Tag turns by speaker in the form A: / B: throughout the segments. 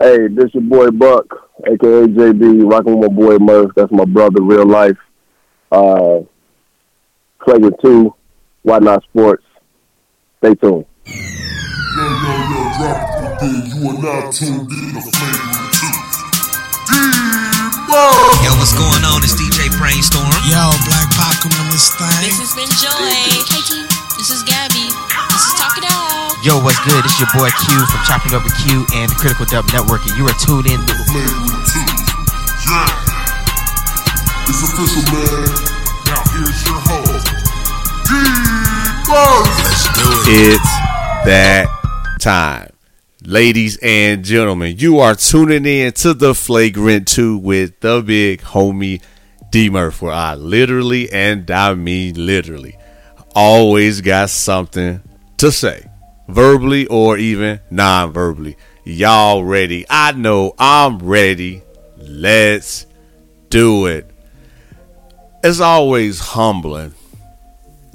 A: Hey, this your boy Buck, aka JB, rocking with my boy Murph. That's my brother, real life. Uh, Player two, why not sports? Stay tuned.
B: Yo, yo, yo, drop it for good. You are now tuned in to Flavor 2. D-Mo!
C: Yo, what's going on? It's DJ Brainstorm.
D: Yo, Black Pop, on this thing.
E: This has been Joy. This is Gabby. This is Talk It Out.
F: Yo, what's good? It's your boy Q from Chopping It Up with Q and the Critical Dub Network, and you are tuned in. to-
B: Flavor 2. Yeah! It's official, man. Now here's your host, D-Mo!
G: It's that time. Ladies and gentlemen, you are tuning in to the Flagrant 2 with the big homie D Murph, where I literally and I mean literally always got something to say, verbally or even non verbally. Y'all ready? I know I'm ready. Let's do it. It's always humbling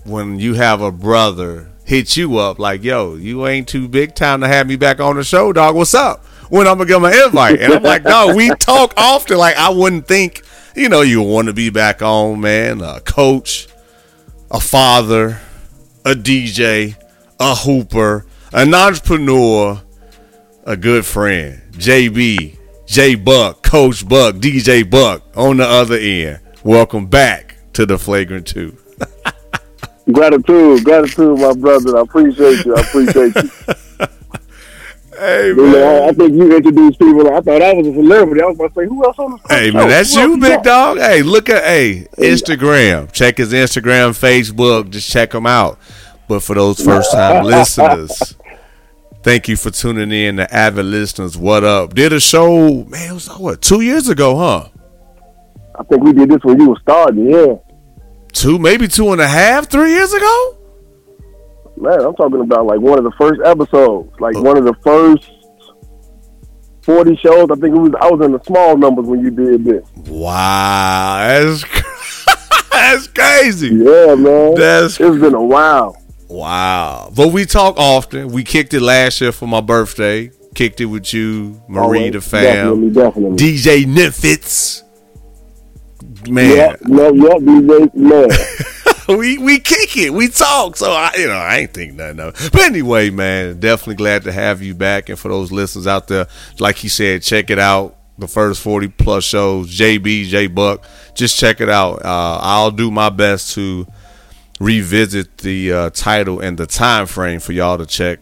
G: when you have a brother hit you up like, yo, you ain't too big time to have me back on the show, dog. What's up? When I'm gonna get my invite? And I'm like, no, we talk often. Like I wouldn't think, you know, you want to be back on, man. A coach, a father, a DJ, a hooper, an entrepreneur, a good friend, JB, J Buck, Coach Buck, DJ Buck on the other end. Welcome back to the Flagrant Two.
A: Gratitude, gratitude, my brother. I appreciate you. I appreciate you.
G: Hey
A: You
G: man.
A: know, I think you introduced people. I thought I was a celebrity. I was about to say, who else on the
G: Hey
A: show?
G: man, that's
A: Who
G: you,
A: else got?
G: big dog. Hey, look at hey Instagram. Check his Instagram, Facebook. Just check him out. But for those first time listeners, thank you for tuning in to avid listeners. What up? Did a show, man? It was oh, what two years ago, huh?
A: I think we did this when you were starting. Yeah,
G: Two, maybe two and a half, three years ago.
A: man. I'm talking about like one of the first episodes, like one of the first forty shows. I think it was. I was in the small numbers when you did this.
G: Wow, that's cr- that's crazy.
A: Yeah, man.
G: That's
A: It's been a while.
G: Wow. But we talk often. We kicked it last year for my birthday. Kicked it with you, Marie the
A: Definitely,
G: fam,
A: definitely.
G: DJ Nifitz. Man,
A: Yep, yep, yep, DJ, man.
G: we we kick it. We talk. So I you know, I ain't think nothing of it. But anyway, man, definitely glad to have you back. And for those listeners out there, like he said, check it out. The first 40 plus shows, JB, J Buck. Just check it out. Uh, I'll do my best to revisit the uh, title and the time frame for y'all to check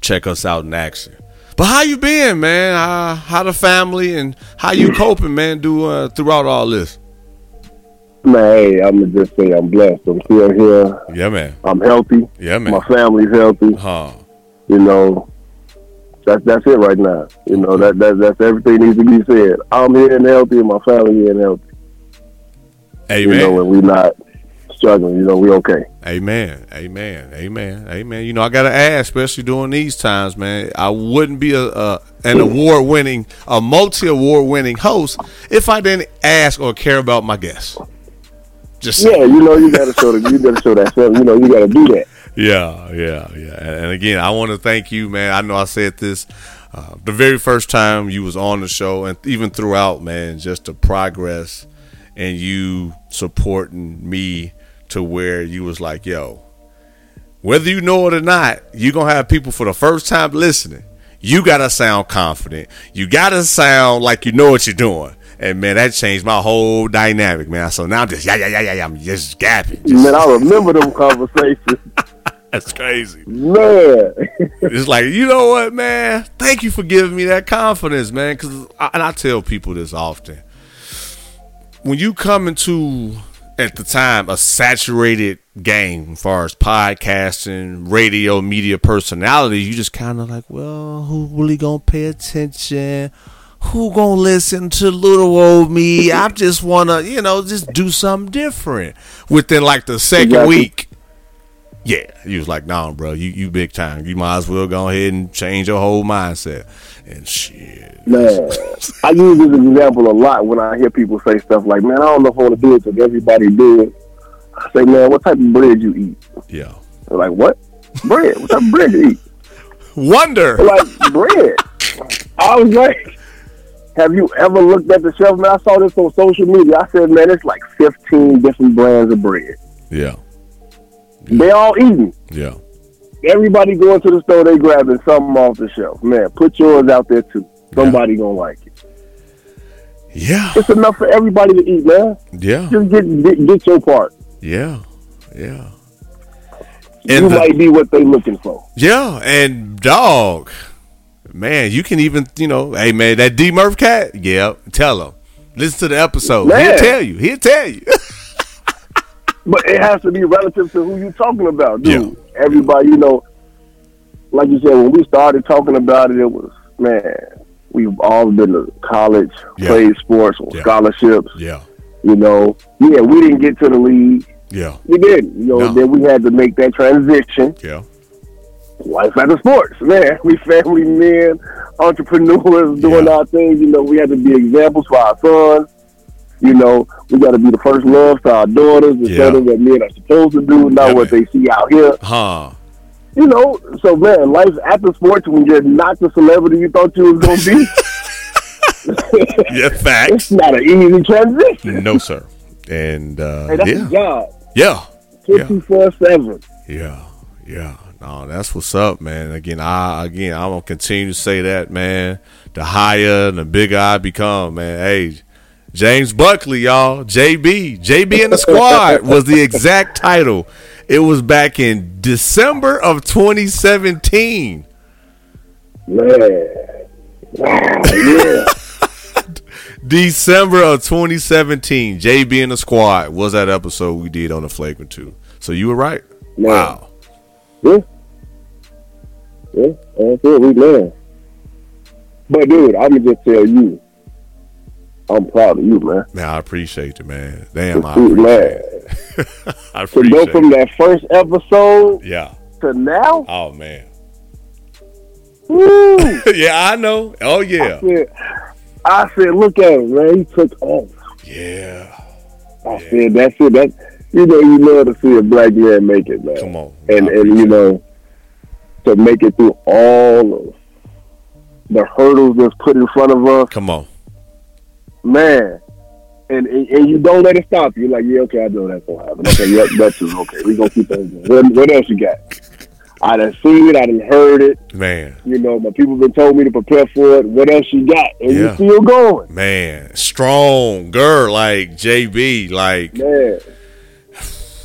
G: check us out in action. But how you been, man? Uh, how the family and how you coping, man? Do uh, throughout all this?
A: man, hey, I'm gonna just say I'm blessed. I'm still here.
G: Yeah, man.
A: I'm healthy.
G: Yeah, man.
A: My family's healthy.
G: Huh.
A: You know, that's that's it right now. You know that that that's everything needs to be said. I'm here and healthy, and my family here and healthy.
G: Hey,
A: You
G: man.
A: know, and we not struggling. You know, we okay.
G: Amen. Amen. Amen. Amen. You know, I gotta ask, especially during these times, man. I wouldn't be a, a an award winning, a multi award winning host if I didn't ask or care about my guests. Just
A: Yeah, you know, you gotta show the, you gotta show that. You know, you gotta do that.
G: yeah, yeah, yeah. And and again, I want to thank you, man. I know I said this uh, the very first time you was on the show, and even throughout, man, just the progress and you supporting me to where you was like, yo, whether you know it or not, you gonna have people for the first time listening. You gotta sound confident. You gotta sound like you know what you're doing. And man, that changed my whole dynamic, man. So now I'm just yeah, yeah, yeah, yeah, yeah. I'm just gapping. Just-
A: Man, I remember them conversations.
G: that's crazy.
A: Man,
G: It's like, you know what, man? Thank you for giving me that confidence, man. Cause I, and I tell people this often. When you come into at the time a saturated game as far as podcasting, radio, media personality, you just kind of like, well, who really gonna pay attention? Who gonna listen to little old me? I just wanna, you know, just do something different. Within like the second
A: Exactly.
G: week, yeah, he was like, "Nah, bro, you you big time. You might as well go ahead and change your whole mindset." And shit,
A: man. I use this example a lot when I hear people say stuff like, "Man, I don't know if I want to do it because everybody did." I say, "Man, what type of bread you eat?"
G: yeah,
A: They're like, "What bread? What type of bread you eat?"
G: wonder.
A: They're like bread. I was like, have you ever looked at the shelf? Man, I saw this on social media. I said, man, it's like 15 different brands of bread.
G: Yeah.
A: They all eating.
G: Yeah.
A: Everybody going to the store, they grabbing something off the shelf. Man, put yours out there too. Somebody gonna like it.
G: Yeah.
A: It's enough for everybody to eat, man.
G: Yeah.
A: Just get get, get your part.
G: Yeah. Yeah.
A: you
G: And the-
A: might be what they looking for.
G: yeah, and dog, man, you can even you know, hey man, that D Murph cat, yeah, tell him. Listen to the episode. He'll
A: Man.
G: tell you. He'll tell you.
A: But it has to be relative to who you talking about, dude.
G: Yeah.
A: Everybody, you know, like you said, when we started talking about it, it was man, we've all been to college,
G: Yeah.
A: played sports on
G: Yeah.
A: scholarships,
G: yeah.
A: you know. Yeah, we didn't get to the league.
G: Yeah.
A: We didn't. You know,
G: No.
A: then we had to make that transition.
G: Yeah.
A: Life after sports, man. We family men, entrepreneurs doing
G: Yeah.
A: our thing. You know, we had to be examples for our sons. You know, we got to be the first love to our daughters instead
G: Yeah.
A: of what men are supposed to do, not
G: Yeah,
A: what
G: man.
A: they see out here.
G: Huh.
A: you know, so man, life after sports when you're not the celebrity you thought you was gonna be,
G: Yeah,
A: it's
G: facts.
A: not an easy transition.
G: no, sir. And uh
A: Hey, that's
G: yeah.
A: a job,
G: Yeah. Yeah.
A: twenty four seven.
G: Yeah, yeah. No, that's what's up, man. Again, I again I'm gonna continue to say that, man. The higher and the bigger I become, man. Hey, James Buckley, y'all. JB, JB and the Squad was the exact title. It was back in December of 2017.
A: Man, wow, yeah,
G: December of 2017, JB and the Squad was that episode we did on the Flagrant 2. So you were right.
A: Yeah.
G: Wow.
A: yeah, yeah. That's it. We man. But dude, I'm gonna just tell you, I'm proud of you, man.
G: Man, I appreciate it, man. Damn, I
A: Dude,
G: appreciate
A: man,
G: it. I
A: to
G: appreciate
A: go
G: it.
A: from that first episode
G: Yeah.
A: to now,
G: Oh man.
A: woo,
G: yeah, I know. Oh yeah.
A: shit. I said, look at him, man. He took off.
G: Yeah.
A: I said that's it. That you know, you love to see a black man make it, man.
G: Come on.
A: And
G: I
A: and you know, to make it through all of the hurdles that's put in front of us,
G: Come on.
A: man. And, and and you don't let it stop you. Like, yeah, okay, I know that's gonna happen. Okay, yep, that's it. Okay, we gonna keep on. going. What, what else you got? I done seen it. I done heard it.
G: Man.
A: You know, my people been told me to prepare for it. What else you got? And
G: Yeah.
A: you still going,
G: Man. Strong girl like JB like
A: man.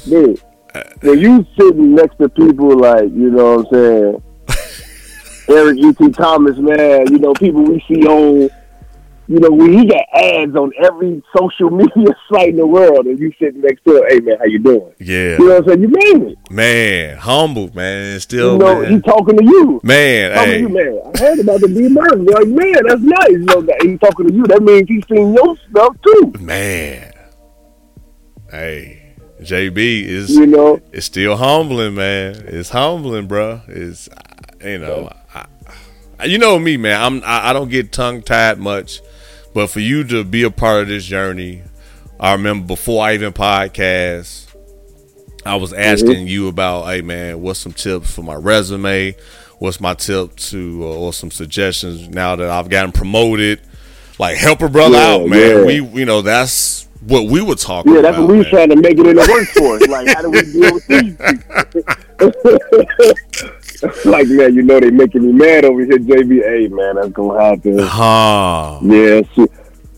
A: Dude,
G: Uh,
A: when you sitting next to people like, you know what I'm saying, Eric E.T. Thomas, man, you know, people we see on, you know, we, he got ads on every social media site in the world, and you sitting next to him, hey, man, how you doing?
G: yeah.
A: You know what I'm saying? You made it.
G: Man, humble man still
A: You know, he
G: Oh, man.
A: talking to you.
G: Man,
A: Talking to
G: hey.
A: you, man. I heard about the D Murphy. Like, man, that's nice. You know, that he talking to you. That means he's seen your stuff too.
G: Man. Hey. JB is
A: You know,
G: it's still humbling, man. It's humbling, bruh. It's I- you know, I, I- you know me, man. I'm I, I don't get tongue tied much, but for you to be a part of this journey, I remember before I even podcast, I was
A: Mm-hmm.
G: asking you about, hey man, what's some tips for my resume? What's my tip to or some suggestions now that I've gotten promoted? Like help a brother
A: Yeah,
G: out, man.
A: yeah.
G: We you know that's what we were talking
A: yeah,
G: about.
A: that's what we was
G: Oh, man.
A: trying to make it in the workforce. Like, how do we deal with these like, man, you know they making me mad over here, JB. Hey, man, that's gonna happen.
G: Huh.
A: Yeah, shit.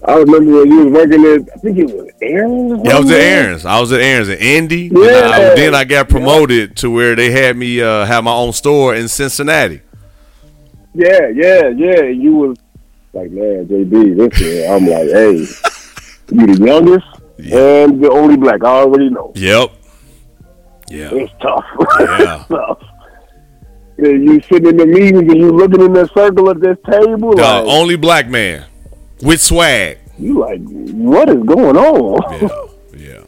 A: I remember when you was working at, I think it was Aaron's. or
G: Yeah, I was at
A: something?
G: Aaron's. I was at Aaron's in Indy. and
A: Yeah.
G: I- then I got promoted to where they had me uh, have my own store in Cincinnati.
A: Yeah, yeah, yeah. And You was like, man, JB, this is. I'm like, hey, you the youngest and the only black. I already know.
G: Yep. Yeah.
A: It's tough.
G: Yeah.
A: it's tough. And you sitting in the meetings and you looking in the circle at this table,
G: The
A: like,
G: only black man with swag.
A: you like, what is going on?
G: Yeah. Yeah.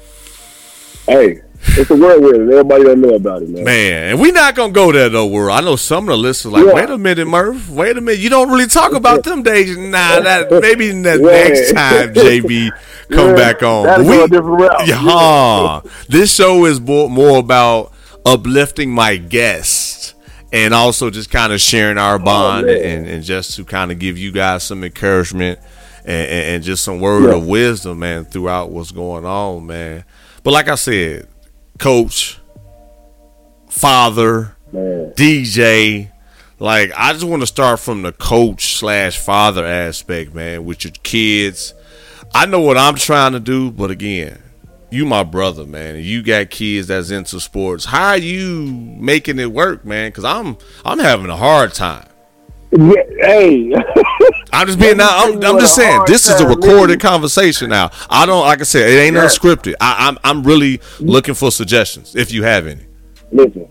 A: hey, it's a word with it. Everybody don't know about it, man.
G: Man, and we not gonna go there though, world. I know some of the listeners like,
A: Yeah.
G: wait a minute, Murph, wait a minute. You don't really talk about them days. Nah, that maybe that
A: Yeah.
G: next time JB come
A: Yeah,
G: back on.
A: That'll
G: We-
A: go a different route.
G: Yeah. this show is more, more about uplifting my guests and also just kind of sharing our bond
A: Oh, man.
G: and, and just to kind of give you guys some encouragement and, and, and just some word of wisdom, man, throughout what's going on, man. But like I said, coach, father,
A: man.
G: DJ. Like I just want to start from the coach slash father aspect, man, with your kids. I know what I'm trying to do, but again, you my brother, man. and You got kids that's into sports. How are you making it work, man? Because I'm I'm having a hard time.
A: Yeah, hey,
G: I'm just being now. I'm, I'm just saying this is a recorded conversation now. I don't like I said it ain't
A: Yeah.
G: unscripted. I, I'm I'm really looking for suggestions if you have any.
A: listen,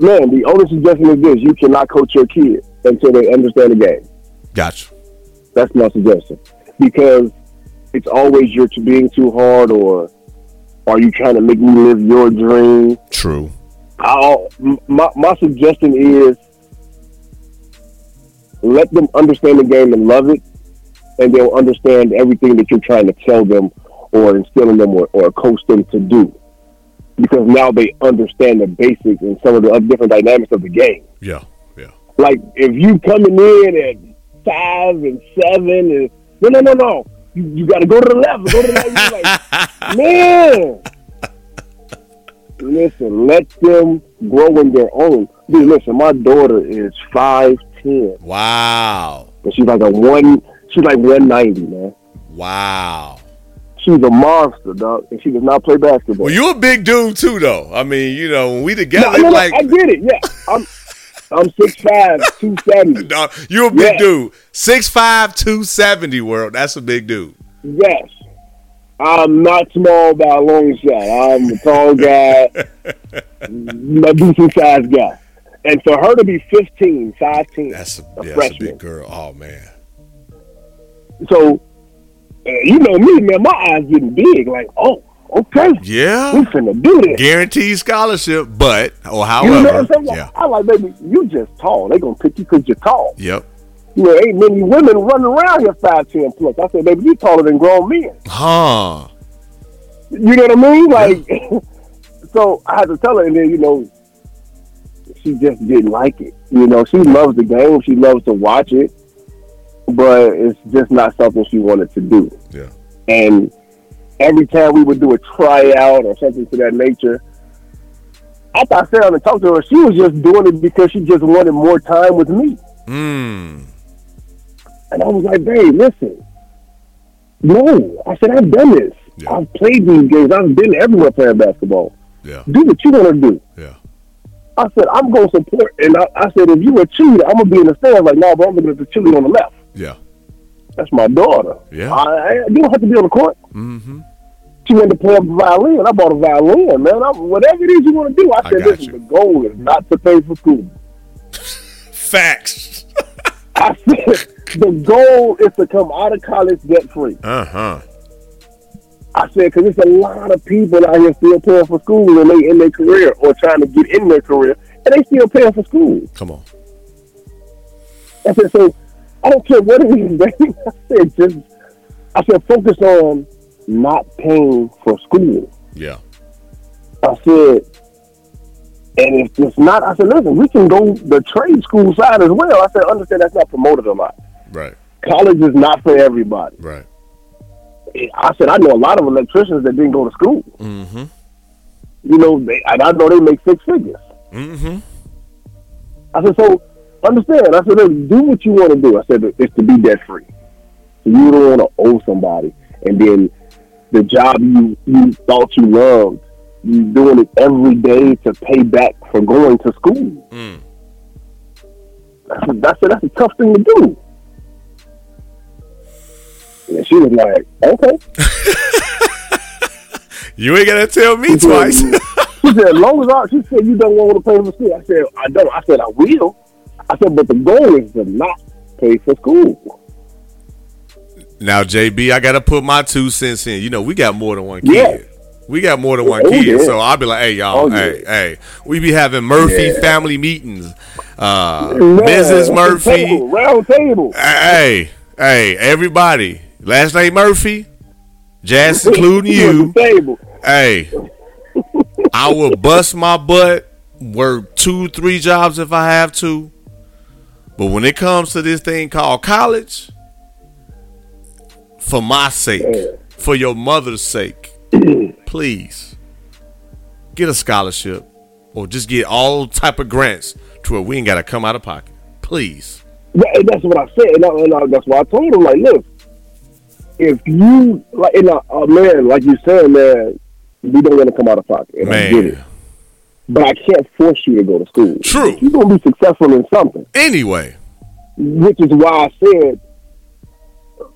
A: man. The only suggestion is this: you cannot coach your kid until they understand the game.
G: Gotcha.
A: That's my suggestion because it's always you're too- being too hard, or are you trying to make me live your dream?
G: True.
A: I'll, uh, m- my my suggestion is let them understand the game and love it, and they'll understand everything that you're trying to tell them or instill in them or, or coach them to do. Because now they understand the basics and some of the other different dynamics of the game.
G: Yeah. Yeah.
A: Like if you coming in at five and seven and no no no no. You, you gotta go to the left, go to the left. You're like, Man, listen, let them grow in their own. Dude, listen, my daughter is five ten,
G: wow.
A: and she's like a one. She's like one ninety, man.
G: Wow.
A: She's a monster, dog, and she does not play basketball.
G: Well, you a big dude too, though. I mean, you know, when we
A: No,
G: together,
A: no, no,
G: like,
A: I get it. Yeah, I'm I'm six five, two seventy.
G: no, you a big
A: Yeah.
G: dude. Six five, two seventy. World, that's a big dude.
A: Yes, I'm not small by a long shot. I'm a tall guy, a decent sized guy, and for her to be 15, 5'10",
G: That's a,
A: a
G: yeah, that's a
A: freshman.
G: big girl. Oh man,
A: So, uh, you know me, man. My eyes getting big. Like, oh, okay, we
G: yeah,
A: finna do this.
G: guaranteed scholarship, but
A: you
G: or
A: know what
G: however,
A: I'm saying? Like,
G: yeah,
A: I like, baby, you just tall. They gonna pick you because you're tall.
G: yep.
A: You know, ain't many women running around here five ten plus. I said, baby, you taller than grown men.
G: Huh?
A: You know what I mean? Like, so I had to tell her, and then you know, she just didn't like it. You know, she loves the game. She loves to watch it, but it's just not something she wanted to do.
G: Yeah.
A: And every time we would do a tryout or something to that nature, I thought Sarah and talked to her. She was just doing it because she just wanted more time with me.
G: Mm.
A: And I was like, babe, listen. No, I said, I've done this.
G: Yeah.
A: I've played these games. I've been everywhere playing basketball.
G: Yeah.
A: Do what you want to do.
G: Yeah.
A: I said, I'm going to support. And I, I said, if you a cheerleader, I'm going to be in the stands. Like, no, nah, but I'm looking at the cheerleader on the left.
G: Yeah.
A: That's my daughter.
G: Yeah.
A: I, I, you don't have to be on the court.
G: Mm-hmm.
A: She wanted to play a violin. I bought a violin, man. I, whatever it is you want to do. I
G: I
A: said,
G: got
A: listen,
G: you.
A: the goal is not to pay for school.
G: Facts.
A: I said, the goal is to come out of college debt free.
G: Uh huh.
A: I said, because there's a lot of people out here still paying for school and they in their career or trying to get in their career and they still paying for school.
G: Come on.
A: I said, so I don't care what it is, baby. I said, just, I said, focus on not paying for school.
G: Yeah.
A: I said, and if it's not, I said, listen, we can go the trade school side as well. I said, understand that's not promoted a lot.
G: Right.
A: College is not for everybody.
G: Right.
A: I said, I know a lot of electricians that didn't go to school.
G: Mm-hmm.
A: You know, they, and I know they make six figures.
G: Mm-hmm.
A: I said, so understand. I said, look, do what you want to do. I said, it's to be debt free. So you don't want to owe somebody, and then the job you you thought you loved, you doing it every day to pay back for going to school.
G: Mm.
A: I said, that's a, that's a tough thing to do. And she was like, okay.
G: You ain't gonna tell me
A: She said,
G: twice.
A: she said, as long as I, she said, you don't want to pay for school. I said, I don't. I said, I will. I said, but the goal is to not pay for school.
G: Now, JB, I gotta put my two cents in. You know, we got more than one kid.
A: Yeah.
G: We got more than one
A: Oh,
G: kid,
A: yeah.
G: so I'll be like, "Hey, y'all,
A: Oh,
G: hey, hey." We be having Murphy
A: Yeah.
G: family meetings. Uh,
A: Yeah,
G: Mrs.
A: round
G: Murphy,
A: table, round table.
G: hey, hey, everybody. Last name Murphy, Jazz, including
A: She was
G: you.
A: the table.
G: Hey, I will bust my butt work two, three jobs if I have to. But when it comes to this thing called college, for my sake, for your mother's sake, please get a scholarship or just get all type of grants to where we ain't gotta come out of pocket. Please.
A: That- and that's what I said. And, I, and I, that's why I told him, like, look, if you, like, and I, uh, man, like you said, man, we don't want to come out of pocket. And I get it.
G: Man.
A: But I can't force you to go to school.
G: True.
A: You're going to be successful in something,
G: Anyway.
A: which is why I said,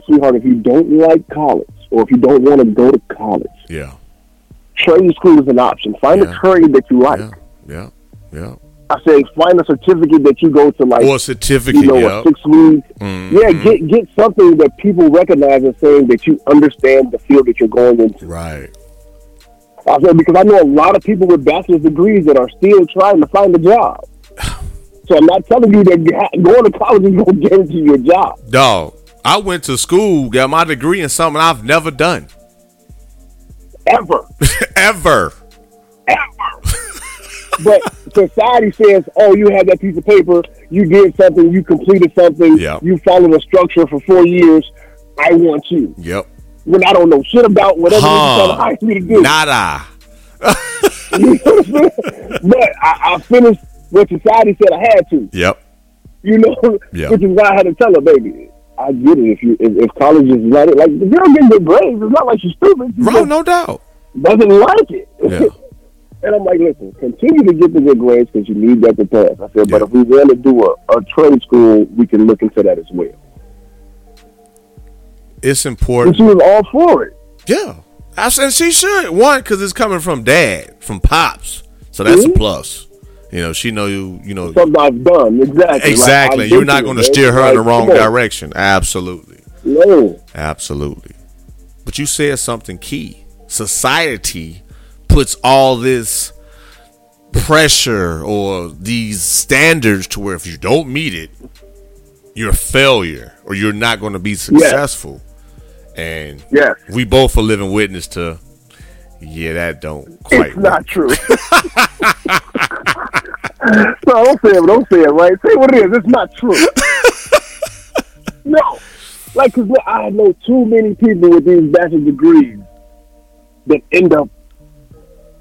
A: sweetheart, if you don't like college or if you don't want to go to college,
G: Yeah.
A: trade school is an option. Find
G: Yeah.
A: a trade that you like.
G: Yeah. Yeah. Yeah.
A: I say, find a certificate that you go to, like,
G: Or a certificate,
A: you know,
G: yeah.
A: a six week.
G: Mhm.
A: Yeah, get get something that people recognize as saying that you understand the field that you're going into.
G: Right.
A: I said because I know a lot of people with bachelor's degrees that are still trying to find a job. So I'm not telling you that g- going to college is going to guarantee you a job.
G: Dog. I went to school, got my degree in something I've never done.
A: Ever.
G: Ever.
A: Ever. but society says, oh, you had that piece of paper, you did something, you completed something,
G: Yeah.
A: you followed a structure for four years. I want you.
G: Yep.
A: When I don't know shit about whatever
G: Huh.
A: you're trying to hire me to do.
G: Nada.
A: but I, I finished what society said I had to.
G: Yep.
A: You know,
G: Yeah.
A: which is why I had to tell her, baby. I get it. If you if, if college is not it, like the girl getting good grades, it's not like she's stupid. She
G: Bro,
A: just
G: no doubt.
A: doesn't like it.
G: Yeah.
A: and I'm like, listen, continue to get the good grades because you need that to pass. I said, but
G: Yeah.
A: if we want to do a, a trade school, we can look into that as well.
G: It's
A: And
G: important.
A: she was all for it.
G: Yeah. I said she should. One, because it's coming from dad, from pops. So that's a
A: Mhm.
G: plus. You know, she know you, you know.
A: Something I've done exactly.
G: Exactly. You're not going to steer her in the wrong
A: direction.
G: direction. Absolutely.
A: No.
G: Absolutely. But you said something key. Society puts all this pressure or these standards to where if you don't meet it, you're a failure or you're not going to be successful. And
A: Yes.
G: we both are living witness to, yeah, that don't quite.
A: It's
G: work.
A: not true. no, don't say it. Don't say it. Right? Say what it is. It's not true. no, like because I know too many people with these bachelor degrees that end up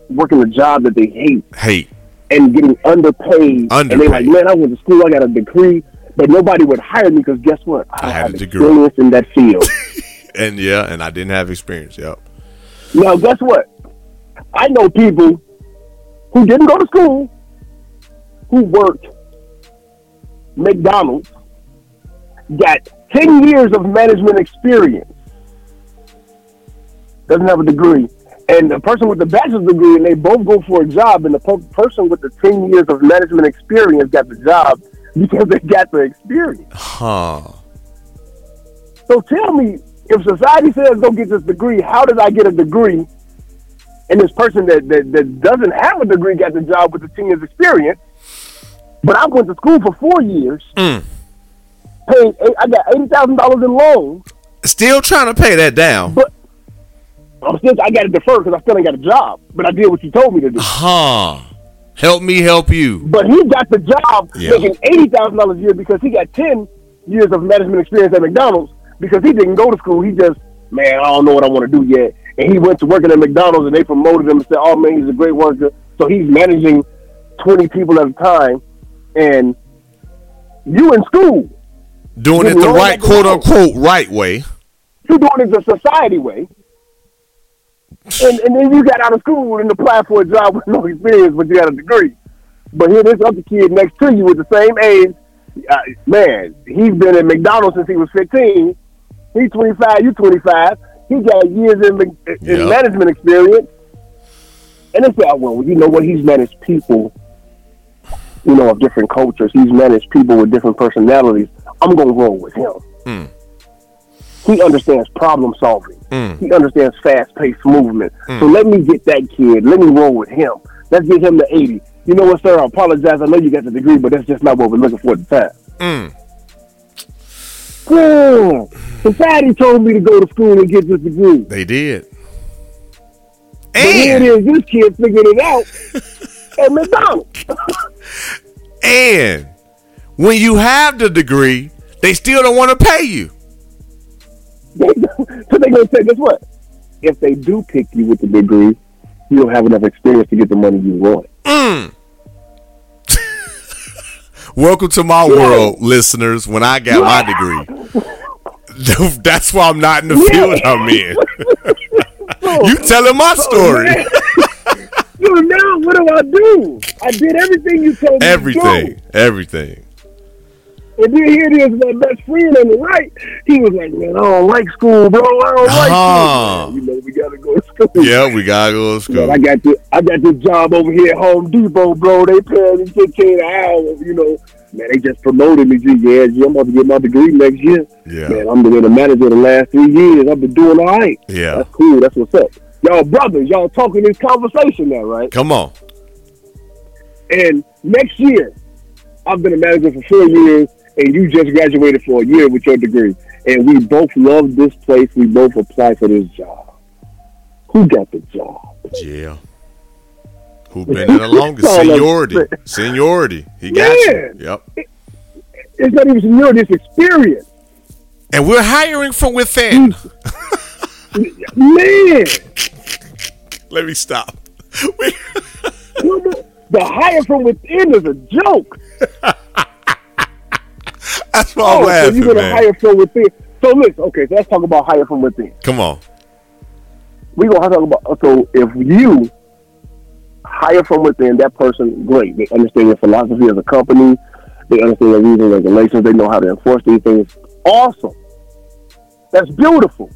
A: working a job that they hate
G: Hey,
A: and getting underpaid. And they're like,
G: Underpaid.
A: man, I went to school. I got a degree. But nobody would hire me because guess what?
G: I
A: don't
G: had a
A: have
G: degree.
A: Experience in that field.
G: and yeah, and I didn't have experience. Yep.
A: Now, guess what? I know people who didn't go to school, who worked McDonald's, got 10 years of management experience, doesn't have a degree, and the person with the bachelor's degree, and they both go for a job, and the po- person with the 10 years of management experience got the job because they got the experience.
G: Huh.
A: So tell me, if society says go get this degree, how did I get a degree? And this person that, that, that doesn't have a degree got the job with the ten years experience, but I went to school for four years,
G: Mm.
A: paid eight, I got eighty thousand dollars in loans,
G: Still trying to pay that down.
A: but I'm still I got to defer because I still ain't got a job. But I did what you told me to do.
G: Huh. Help me help you.
A: But he got the job
G: Yeah.
A: making eighty thousand dollars a year because he got ten years of management experience at McDonald's because he didn't go to school. He just man, I don't know what I want to do yet. And he went to working at McDonald's and they promoted him and said, "Oh man, he's a great worker." So he's managing twenty people at a time, and you in school,
G: Doing it
A: Didn't
G: the
A: know
G: right,
A: that was
G: quote
A: wrong.
G: unquote, right way.
A: you doing it the society way. And, and then you got out of school and applied for a job with no experience, but you had a degree. But here, this other kid next to you with the same age, uh, man, he's been at McDonald's since he was 15. He's 25, you 25. He got years in, Mc- in
G: Yeah.
A: management experience. And it's like, well, you know what? He's managed people, you know, of different cultures. He's managed people with different personalities. I'm going to roll with him. He understands problem solving. He understands fast paced movement. So let me get that kid. Let me roll with him. Let's get him to 80. You know what, sir? I apologize. I know you got the degree, but that's just not what we're looking for at the time. Girl, society told me to go to school and get this degree.
G: They did.
A: But here it
G: And
A: is, this kid figured it out. at McDonald's.
G: And when you have the degree, they still don't want to pay you.
A: They don't- so they gonna say, guess what? If they do pick you with the degree, you don't have enough experience to get the money you want.
G: Welcome to my world, listeners. When I got my degree, that's why I'm not in the field I'm in. you telling my story.
A: So now what do I do? I did everything you told me. To do.
G: Everything, everything.
A: And then here it is, my best friend on the right. He was like, "Man, I don't like school, bro. I don't like school.
G: Oh.
A: Man, You know, we gotta go to school."
G: Yeah, we gotta go to
A: Man,
G: school.
A: I got this, I got this job over here at Home Depot, bro. They paying me fifteen an hour. You know, man, they just promoted me. Gee, yeah, gee, I'm about to get my degree next year.
G: Yeah,
A: Man, I'm been the manager the last three years. I've been doing all right.
G: yeah.
A: That's cool. That's what's up. Y'all brothers, y'all talking this conversation now, right?
G: Come on.
A: And next year, I've been a manager for four years, and you just graduated for a year with your degree. And we both love this place. We both applied for this job. Who got the job?
G: Yeah. Who been in the longest? Seniority. Seniority. He got you. Yep.
A: It's not even seniority. It's experience,
G: And we're hiring from within.
A: Mm. man.
G: Let me stop.
A: The hire from within is a joke.
G: That's why I'm
A: Oh, so
G: laughing,
A: you're gonna
G: Oh, man.
A: hire from within. So listen, okay. So let's talk about hire from within.
G: Come on.
A: we gonna talk about so if you hire from within that person, great. They understand your philosophy as a company, they understand your rules and regulations, they know how to enforce these things. Awesome. That's beautiful.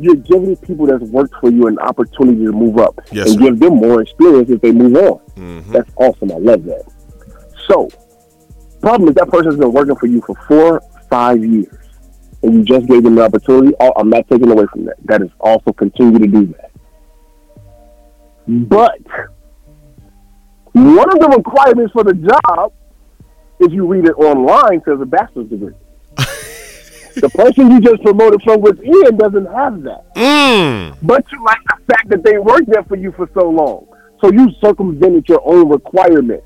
A: You're giving people that's worked for you an opportunity to move up and
G: Yes, sir. Mm-hmm.
A: give them more experience if they move on. That's awesome. I love that. So, problem is that person's been working for you for four, five years, and you just gave them the opportunity. Oh, I'm not taking away from that. That is also continue to do that. But one of the requirements for the job, if you read it online, says a bachelor's degree. the person you just promoted from within doesn't have that
G: Mm.
A: but you like the fact that they worked there for you for so long. So you circumvented your own requirement.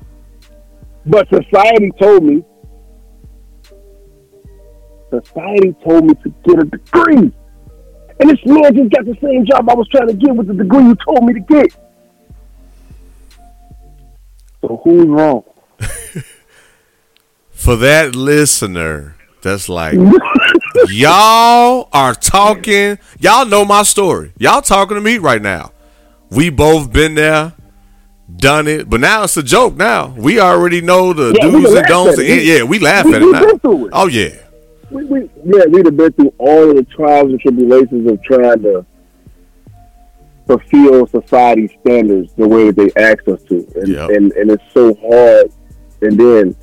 A: But society told me, society told me to get a degree. And this man just got the same job I was trying to get with the degree you told me to get. So who's wrong?
G: For that listener that's like, y'all are talking, y'all know my story. Y'all talking to me right now. We both been there, done it, but now it's a joke now. We already know the
A: Yeah, we can
G: do's and
A: laugh
G: don'ts.
A: at it.
G: and- yeah, we laugh
A: We-
G: at it
A: we
G: now.
A: been through it.
G: Oh, yeah.
A: we, we yeah, we'd have been through all of the trials and tribulations of trying to fulfill society's standards the way that they asked us to, and
G: Yep.
A: and, and it's so hard. And then,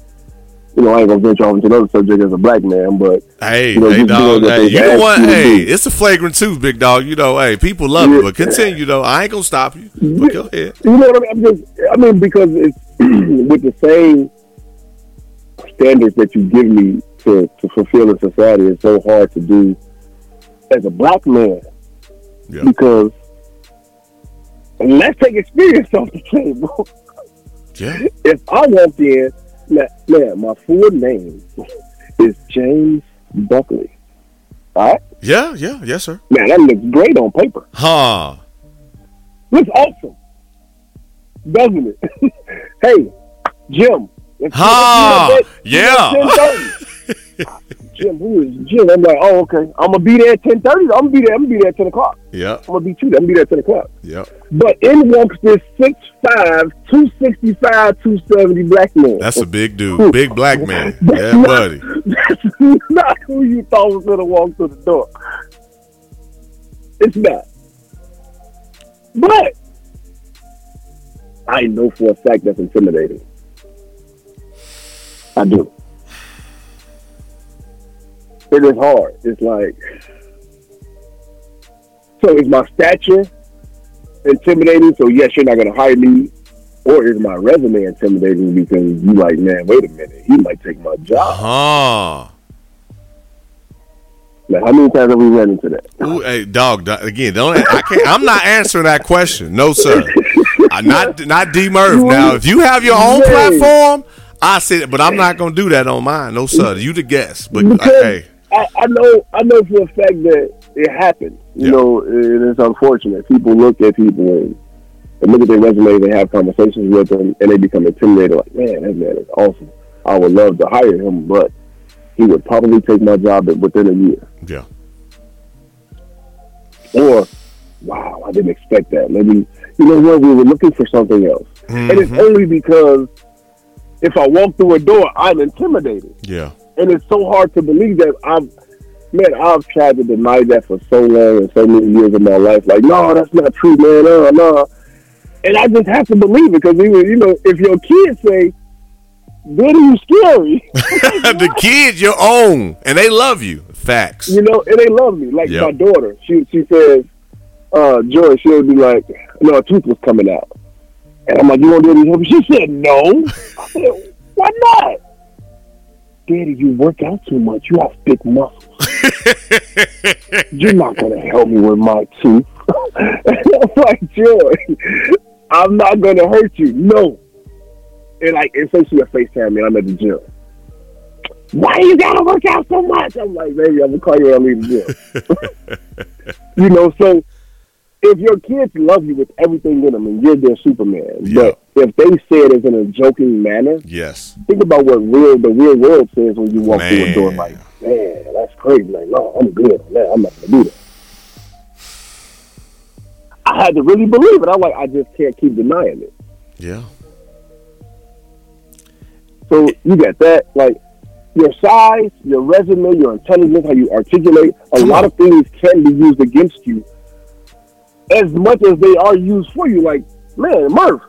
A: you know, I ain't gonna venture off into another subject as a black man, but
G: Hey,
A: You know,
G: hey,
A: you
G: dog.
A: doing what
G: Hey,
A: they
G: you know
A: ask
G: what?
A: you to
G: Hey,
A: do.
G: it's a flagrant too, big dog. You know, hey, people love
A: Yeah.
G: it, but continue though. I ain't gonna stop you. But go ahead.
A: you know what I mean? I'm just, I mean, because it's with the same standards that you give me to, to fulfill in society, it's so hard to do as a black man.
G: Yeah.
A: Because let's take experience off the table.
G: Yeah.
A: If I walked in, now, now my full name is James Buckley. All right?
G: Yeah, yeah, yes, sir.
A: Man, that looks great on paper.
G: Huh.
A: Looks awesome, doesn't it? hey, Jim. let's
G: Ah,
A: let's do
G: yeah.
A: that. Let's do that 10:30. Jim, who is Jim? I'm like, oh, okay. I'm gonna be there at ten thirty. I'm gonna be there. I'm gonna be there at ten o'clock.
G: Yep,
A: I'm gonna be two. I'm gonna be there at ten o'clock.
G: yep.
A: But in walks this 6'5", 265, 270 black man.
G: That's a big dude, big black man. Yeah, buddy.
A: That's not who you thought was gonna walk through the door. It's not. But I know for a fact that's intimidating. I do. It is hard. It's like so is my stature intimidating? So yes, you're not gonna hire me. Or is my resume intimidating because you like, man, wait a minute, he might take my job.
G: Huh.
A: Like, how many times have we run into that?
G: Ooh, hey, dog, dog, Again, don't. I can't, I'm not answering that question. No, sir. Uh, not not D Murph. Now, if you have your own
A: Yeah.
G: platform, I said, but I'm not gonna do that on mine. No sir, you the guest. But uh,
A: Because
G: hey,
A: I, I know, I know for a fact that it happened. You
G: Yeah.
A: know, and it's unfortunate. People look at people and, and look at their resume. They have conversations with them, and they become intimidated. Like, man, that man is awesome. I would love to hire him, but he would probably take my job within a year.
G: yeah,
A: Or, wow, I didn't expect that. Maybe you know what? We were looking for something else, and
G: Mm-hmm.
A: it's only because if I walk through a door, I'm intimidated.
G: yeah,
A: and it's so hard to believe that I'm man, I've tried to deny that for so long and so many years of my life. Like, no, that's not true, man. No, no. And I just have to believe it because even you know, if your kids say, "Daddy, you scary,"
G: the kids your own, and they love you. Facts.
A: you know, and they love me. Like
G: Yep.
A: my daughter, she she says, uh, "Joy," she'll be like, "No, a tooth was coming out," and I'm like, "You want to do any help?" She said, "No." I said, "Why not?" Daddy, you work out too much. You have big muscles. You're not gonna help me with my tooth. I'm like, Joy, I'm not gonna hurt you. No. And like, and so she'll FaceTime me. I'm at the gym why you gotta work out so much? I'm like, baby, I'm gonna call you when I leave the gym. you know, so if your kids love you with everything in them and you're their Superman,
G: Yeah.
A: but if they say it is in a joking manner,
G: yes.
A: think about what real the real world says when you walk through a door
G: Man.
A: like, man, that's crazy. Like, no, I'm good on that. I'm not gonna do that. I had to really believe it. I'm like, I just can't keep denying it.
G: Yeah.
A: So you got that, like your size, your resume, your intelligence, how you articulate. A lot of things can be used against you, as much as they are used for you. Like, man, Murph,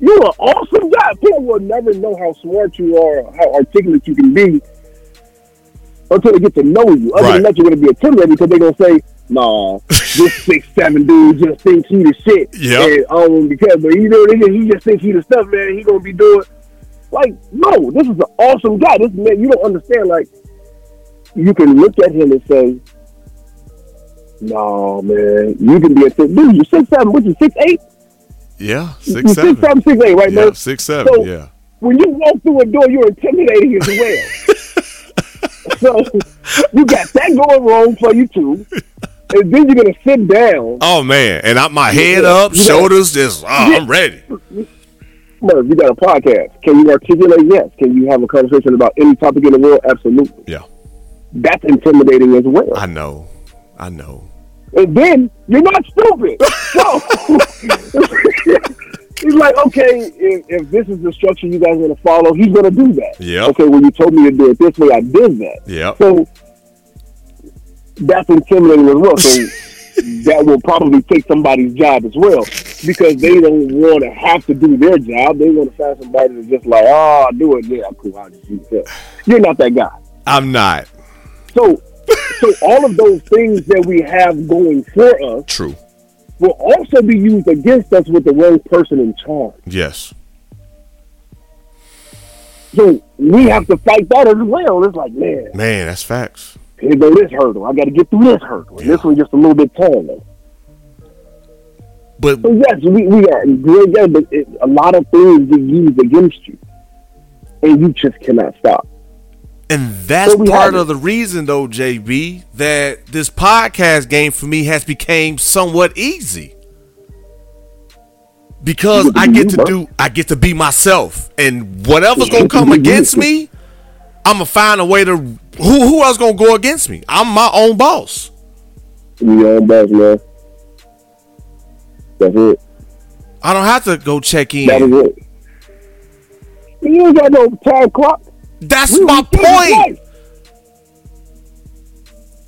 A: you're an awesome guy. People will never know how smart you are, how articulate you can be, until they get to know you. Other
G: Right.
A: than that, you're going to be intimidated because they're going to say, "Nah, this six seven dude just thinks he the shit."
G: Yep.
A: And, um, because but you know, nigga, he just thinks he the stuff, man. He going to be doing. Like, no, this is an awesome guy. This man, you don't understand. Like, you can look at him and say, "No, man, you can be a six, dude. You six seven? What you six eight?
G: Yeah.
A: you
G: Six
A: six
G: seven.
A: seven, six eight, right,
G: Yeah.
A: man?
G: Six seven.
A: So-
G: yeah.
A: When you walk through a door, you're intimidating as well. so you got that going wrong for you too, and then you're gonna sit down.
G: Oh man, and I, my head
A: Yeah.
G: up,
A: Yeah.
G: shoulders just. Oh, I'm ready.
A: Murph, you got a podcast. Can you articulate? Yes. Can you have a conversation about any topic in the world? Absolutely.
G: Yeah.
A: That's intimidating as well.
G: I know. I know.
A: And then you're not stupid. So he's like, okay, if, if this is the structure you guys want to follow, he's going to do that.
G: Yep.
A: Okay, well, you told me to do it this way. I did that.
G: Yep.
A: So that's intimidating as well. So that will probably take somebody's job as well because they don't want to have to do their job. They want to find somebody that's just like, oh, I'll do it. Yeah, cool. I'll just do it. You're not that guy.
G: I'm not.
A: So, so all of those things that we have going for us
G: True.
A: will also be used against us with the wrong person in charge.
G: Yes.
A: So we have to fight that as well. It's like, man,
G: Man, that's facts.
A: here go this hurdle. I got to get through this hurdle. This one just a little bit taller.
G: But
A: So yes, we, we are great, guys, but it, a lot of things get used against you, and you just cannot stop.
G: and that's
A: So we
G: part
A: have it.
G: of the reason though, JB, that this podcast game for me has became somewhat easy. Because
A: You get to
G: I
A: be
G: get
A: you,
G: to
A: bro.
G: do I get to be myself. And whatever's gonna come against me, I'ma find a way to who who else gonna go against me? I'm my own boss.
A: You know, that's man. That's it.
G: I don't have to go check in.
A: That is it. You ain't got no time clock.
G: That's
A: We- we
G: my
A: take it
G: point.
A: twice.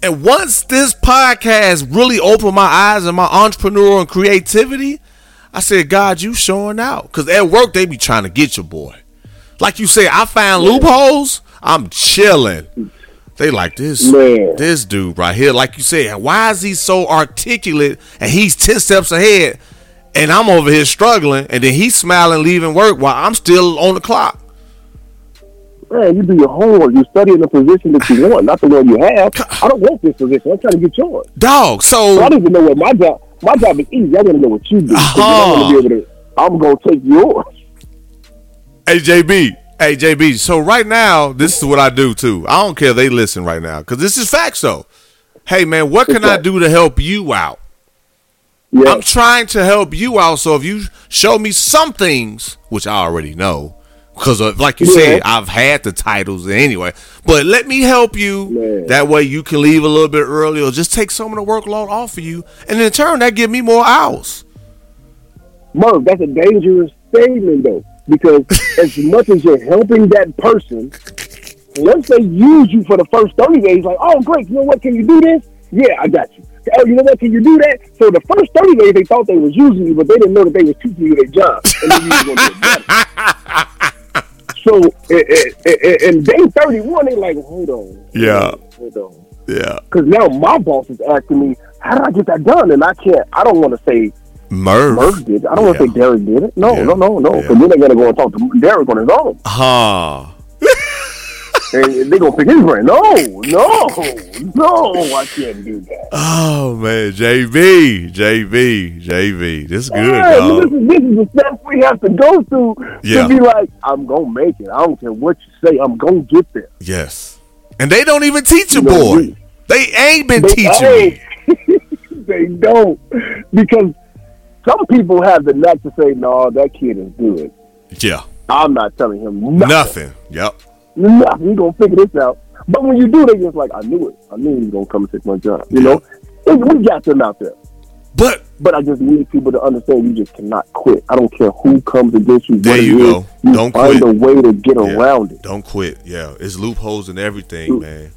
G: And once this podcast really opened my eyes and my entrepreneurial and creativity, I said, God, you showing out. Cause at work they be trying to get your boy. Like you said, I find loopholes. I'm chilling. They like this
A: Man.
G: this dude right here. Like you said, why is he so articulate and he's ten steps ahead, and I'm over here struggling, and then he's smiling leaving work while I'm still on the clock.
A: Man, you do your homework. You study in the position that you want, not the one you have. I don't want this position. I'm trying to get yours.
G: Dog. So
A: I don't even know what my job. My job is easy. I gotta know what you do. 'cause then I'm
G: Uh-huh.
A: gonna be able to. I'm gonna take yours.
G: Hey JB. Hey JB. So right now, this is what I do too. I don't care if they listen right now because this is facts though. Hey man, what can I do to help you out?
A: Yeah.
G: I'm trying to help you out. So if you show me some things, which I already know, because like you said,
A: Yeah.
G: I've had the titles anyway. But let me help you.
A: Man.
G: That way you can leave a little bit early, or just take some of the workload off of you, and in turn that give me more hours.
A: Merv, that's a dangerous statement though, because as much as you're helping that person, let's say use you for the first thirty days, like, oh great, you know what? Can you do this? Yeah, I got you. Oh, you know what? Can you do that? So the first thirty days, they thought they was using you, but they didn't know that they was teaching you their job, and then you was gonna get better. So eh, in, in, in day thirty one, they like, hold on,
G: Yeah.
A: hold on.
G: Yeah,
A: Because now my boss is asking me, how did I get that done? And I can't, I don't want to say
G: Merv.
A: Merv did. it. I don't want to
G: Yeah.
A: say Derek did it. No,
G: Yeah.
A: no, no, no.
G: Yeah.
A: Because then they're gonna go and talk to Derek on his own,
G: Huh.
A: and they gonna pick his brain. No, no, no. I can't do that.
G: Oh man, JB, JB, JB. This is good,
A: Yeah,
G: dog.
A: this, is, this is the steps we have to go through
G: Yeah.
A: to be like, I'm gonna make it. I don't care what you say. I'm gonna get there.
G: Yes. And they don't even teach a
A: You know,
G: boy.
A: we-
G: They ain't been
A: They-
G: teaching me.
A: hey, they don't because some people have the knack to say, "No, that kid is good."
G: Yeah.
A: I'm not telling him nothing.
G: Nothing. Yep.
A: nothing. He's gonna figure this out. But when you do, they just like, I knew it. I knew he was gonna come and take my job. You know, It- we got them out there.
G: But
A: But I just need people to understand you just cannot quit. I don't care who comes against you.
G: There
A: what it
G: you
A: is,
G: go.
A: You
G: Don't
A: find
G: quit.
A: a way to get around it.
G: don't quit. Yeah. It's loopholes and everything, man.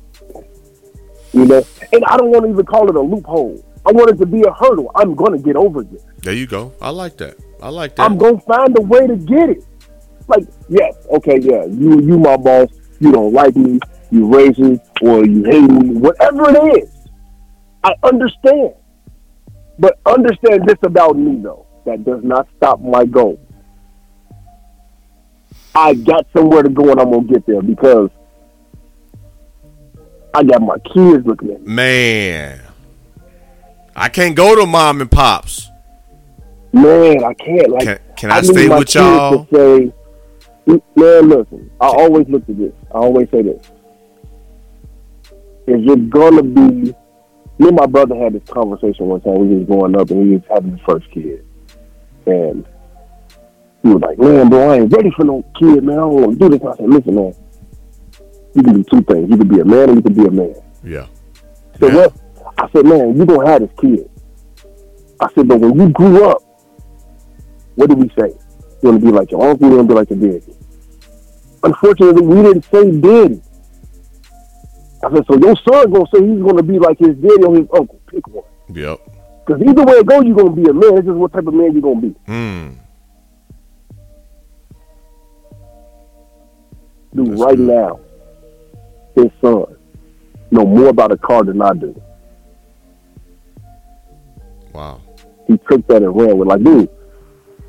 A: You know, and I don't want to even call it a loophole. I want it to be a hurdle. I'm gonna get over this.
G: There you go. I like that. I like that.
A: I'm gonna find a way to get it. Like, yes, okay, yeah, you you my boss. You don't like me. You racist or you hate me. Whatever it is, I understand. But understand this about me though. That does not stop my goal. I got somewhere to go and I'm gonna get there because I got my kids looking at me.
G: man. I can't go to mom and pops.
A: Man, I can't. Like,
G: Can- can I
A: need
G: stay
A: my
G: with
A: kids
G: y'all?
A: To say, man, listen. I always look at this. I always say this. Is it gonna be? Me and my brother had this conversation one time. We was growing up, and he was having his first kid, and he was like, "Man, bro, I ain't ready for no kid, man. I don't want to do this." And I said, "Listen, man. You can do two things. You can be a man, or you can be a man."
G: Yeah.
A: So
G: Yeah.
A: what? I said, man, you gonna have this kid. I said, but when you grew up, what did we say? You want to be like your uncle, you want to be like your daddy. Unfortunately, we didn't say daddy. I said, so your son gonna say he's gonna be like his daddy or his uncle. Pick one,
G: Yep.
A: because either way it go, you gonna be a man. It's just what type of man you gonna be.
G: Mm.
A: Do right now, his son know more about a car than I do.
G: Wow.
A: he took that and ran with. Like, dude,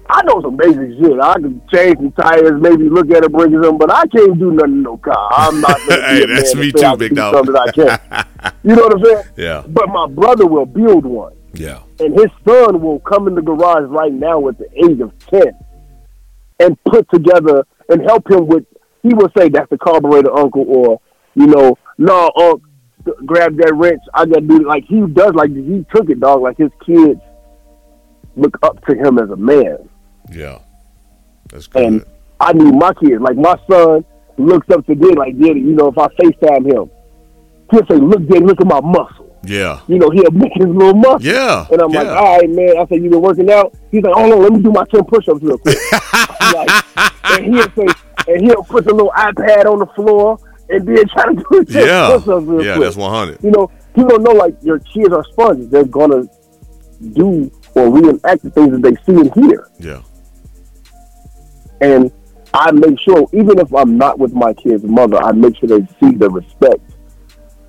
A: I know some basic shit. I can change some tires, maybe look at it, bring it something, but I can't do nothing to no car. I'm not. Gonna be
G: Hey,
A: a man
G: that's
A: to
G: me
A: say
G: too,
A: I can
G: big
A: do
G: dog.
A: Something I can. You know what I'm saying?
G: Yeah.
A: But my brother will build one,
G: Yeah.
A: and his son will come in the garage right now at the age of ten, and put together and help him with. He will say that's the carburetor, uncle, or you know, no, uncle, grab that wrench. I gotta do it. Like he does, like he took it, dog. Like his kids look up to him as a man.
G: Yeah. That's good.
A: And I need my kids. Like my son looks up to Daddy. Like Daddy, you know, if I FaceTime him, he'll say, "Look, Daddy, look at my muscle."
G: yeah.
A: You know, he'll make his little muscle.
G: Yeah.
A: And I'm like,
G: yeah.
A: all right, man. I said, you been working out? He's like, oh no, let me do my ten push-ups real quick. I'm like, and he'll say, and he'll put the little iPad on the floor and then try to do his ten
G: yeah.
A: push-ups real
G: Yeah,
A: quick.
G: that's 100.
A: You know, people don't know like your kids are sponges. They're gonna do or reenact the things that they see and hear.
G: Yeah.
A: And I make sure, even if I'm not with my kid's mother, I make sure they see the respect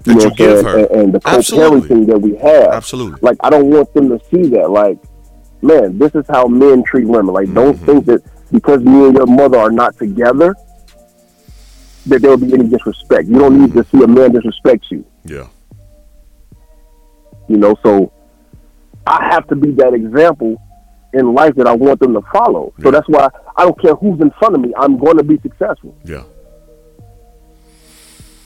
G: That you
A: know what I'm
G: give
A: saying,
G: her.
A: and, and the
G: Absolutely.
A: co-parenting that we have.
G: Absolutely.
A: Like I don't want them to see that. Like, man, this is how men treat women. Like, don't
G: Mm-hmm.
A: think that because me and your mother are not together that there will be any disrespect. You don't need to see a man disrespect you.
G: Yeah.
A: You know, so I have to be that example in life that I want them to follow. So that's why I don't care who's in front of me. I'm going to be successful.
G: Yeah.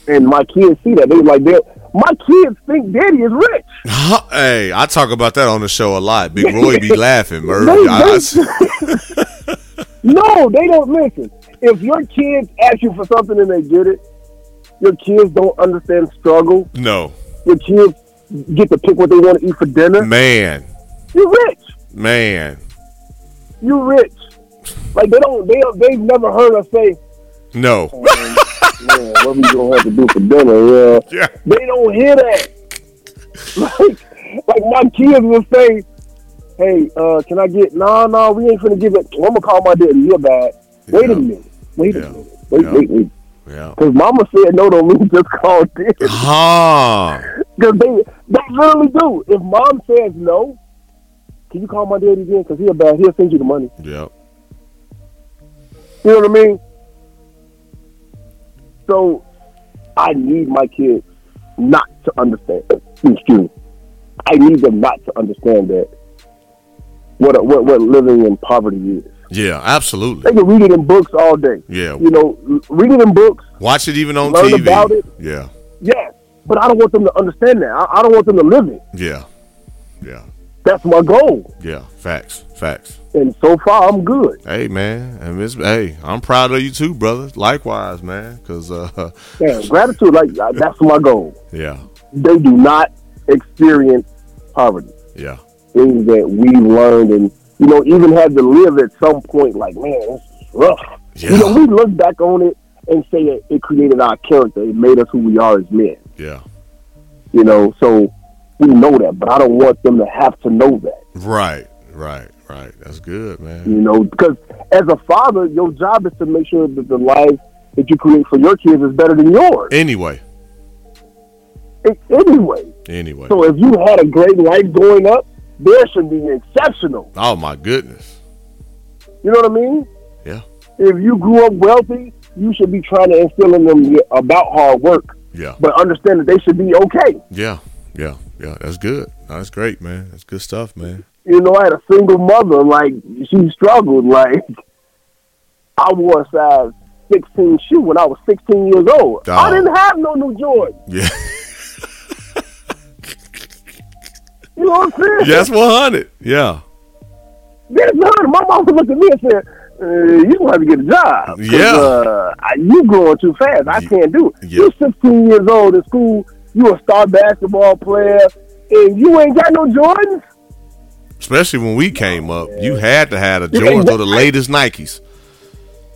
A: And my kids see that. They like that. My kids think daddy is rich.
G: Hey, I talk about that on the show a lot. Big Roy be laughing, Merv.
A: They-
G: I- I-
A: No, they don't listen. If your kids ask you for something and they get it, your kids don't understand struggle.
G: no,
A: Your kids get to pick what they want to eat for dinner.
G: Mm. man,
A: You're rich.
G: man,
A: You're rich. Like they don't. They don't- they've never heard us say,
G: no.
A: "Man, what we gonna have to do for dinner?" Yeah.
G: Yeah,
A: They don't hear that. Like, like my kids will say, "Hey, uh, can I get? No, nah, no, nah, we ain't finna give it. I'm gonna call my daddy. You're bad. Wait
G: Yeah.
A: a minute. Wait
G: Yeah.
A: a minute. Wait,
G: Yeah.
A: wait, wait.
G: yeah.
A: Because Mama said no to me, just call this.
G: Huh.
A: Because they, they literally do. If Mom says no, can you call my daddy again? Because he'll bad. He'll send you the money.
G: Yep.
A: You know what I mean? So I need my kids not to understand. Excuse me. I need them not to understand that what what what living in poverty is.
G: Yeah, absolutely.
A: They can read it in books all day.
G: Yeah.
A: You know, read it in books.
G: Watch it even on
A: Learn
G: TV.
A: about it.
G: Yeah,
A: Yes, but I don't want them to understand that. I, I don't want them to live it.
G: yeah, yeah,
A: That's my goal.
G: yeah. Facts, facts.
A: and so far I'm good.
G: Hey man, and it's, hey, I'm proud of you too, brother. Likewise, man. Cause uh,
A: Damn, gratitude, like I- that's my goal.
G: yeah,
A: They do not experience poverty.
G: yeah,
A: Things that we learned and you know even had to live at some point. Like man, it's rough. You know,
G: Yeah.
A: we look back on it and say it, it created our character. It made us who we are as men.
G: yeah.
A: You know, so we know that, but I don't want them to have to know that.
G: Right, right, right. That's good, man.
A: You know, because as a father, your job is to make sure that the life that you create for your kids is better than yours.
G: Anyway,
A: It, anyway.
G: anyway.
A: So if you had a great life growing up, there should be exceptional.
G: Oh my goodness.
A: You know what I mean?
G: Yeah.
A: If you grew up wealthy, you should be trying to instill in them about hard work,
G: Yeah,
A: but understand that they should be okay.
G: yeah, yeah, yeah. That's good. No, that's great, man. That's good stuff, man.
A: You know, I had a single mother, like she struggled. Like I wore a size sixteen shoe when I was sixteen years old. I
G: Dog.
A: didn't have no New Jordan.
G: Yeah.
A: You know what I'm saying?
G: yes, one hundred. Yeah.
A: That's not. My mom looked at me and said, uh, "You gonna have to get a job. 'cause,
G: Yeah.
A: uh, I- you growing too fast. I
G: Ye-
A: can't do it.
G: yeah.
A: You're 16 years old in school. You a star basketball player, and you ain't got no Jordans.
G: Especially when we came up, you had to have the
A: You can't
G: Jordans or the latest Nikes.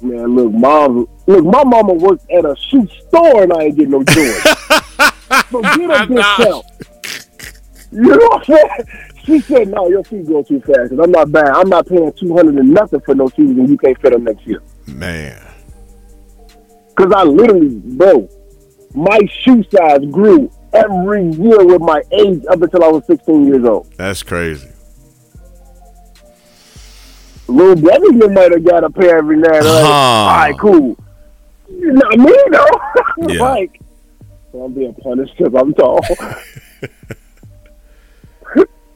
A: Man, look, mom. Look, my mama worked at a shoe store, and I ain't getting no Jordans. so get a discount. You know what I'm saying? She said, "No, your feet grow too fast. And I'm not buying. I'm not paying 200 and nothing for no shoes, and you can't fit them next year."
G: Man.
A: Because I literally, bro, my shoe size grew every year with my age up until I was 16 years old.
G: That's crazy.
A: Little Debbie might have got a pair every now and then.
G: Uh-huh.
A: All right, cool. You know what I mean, though?
G: Yeah.
A: like, I'm being punished because I'm tall.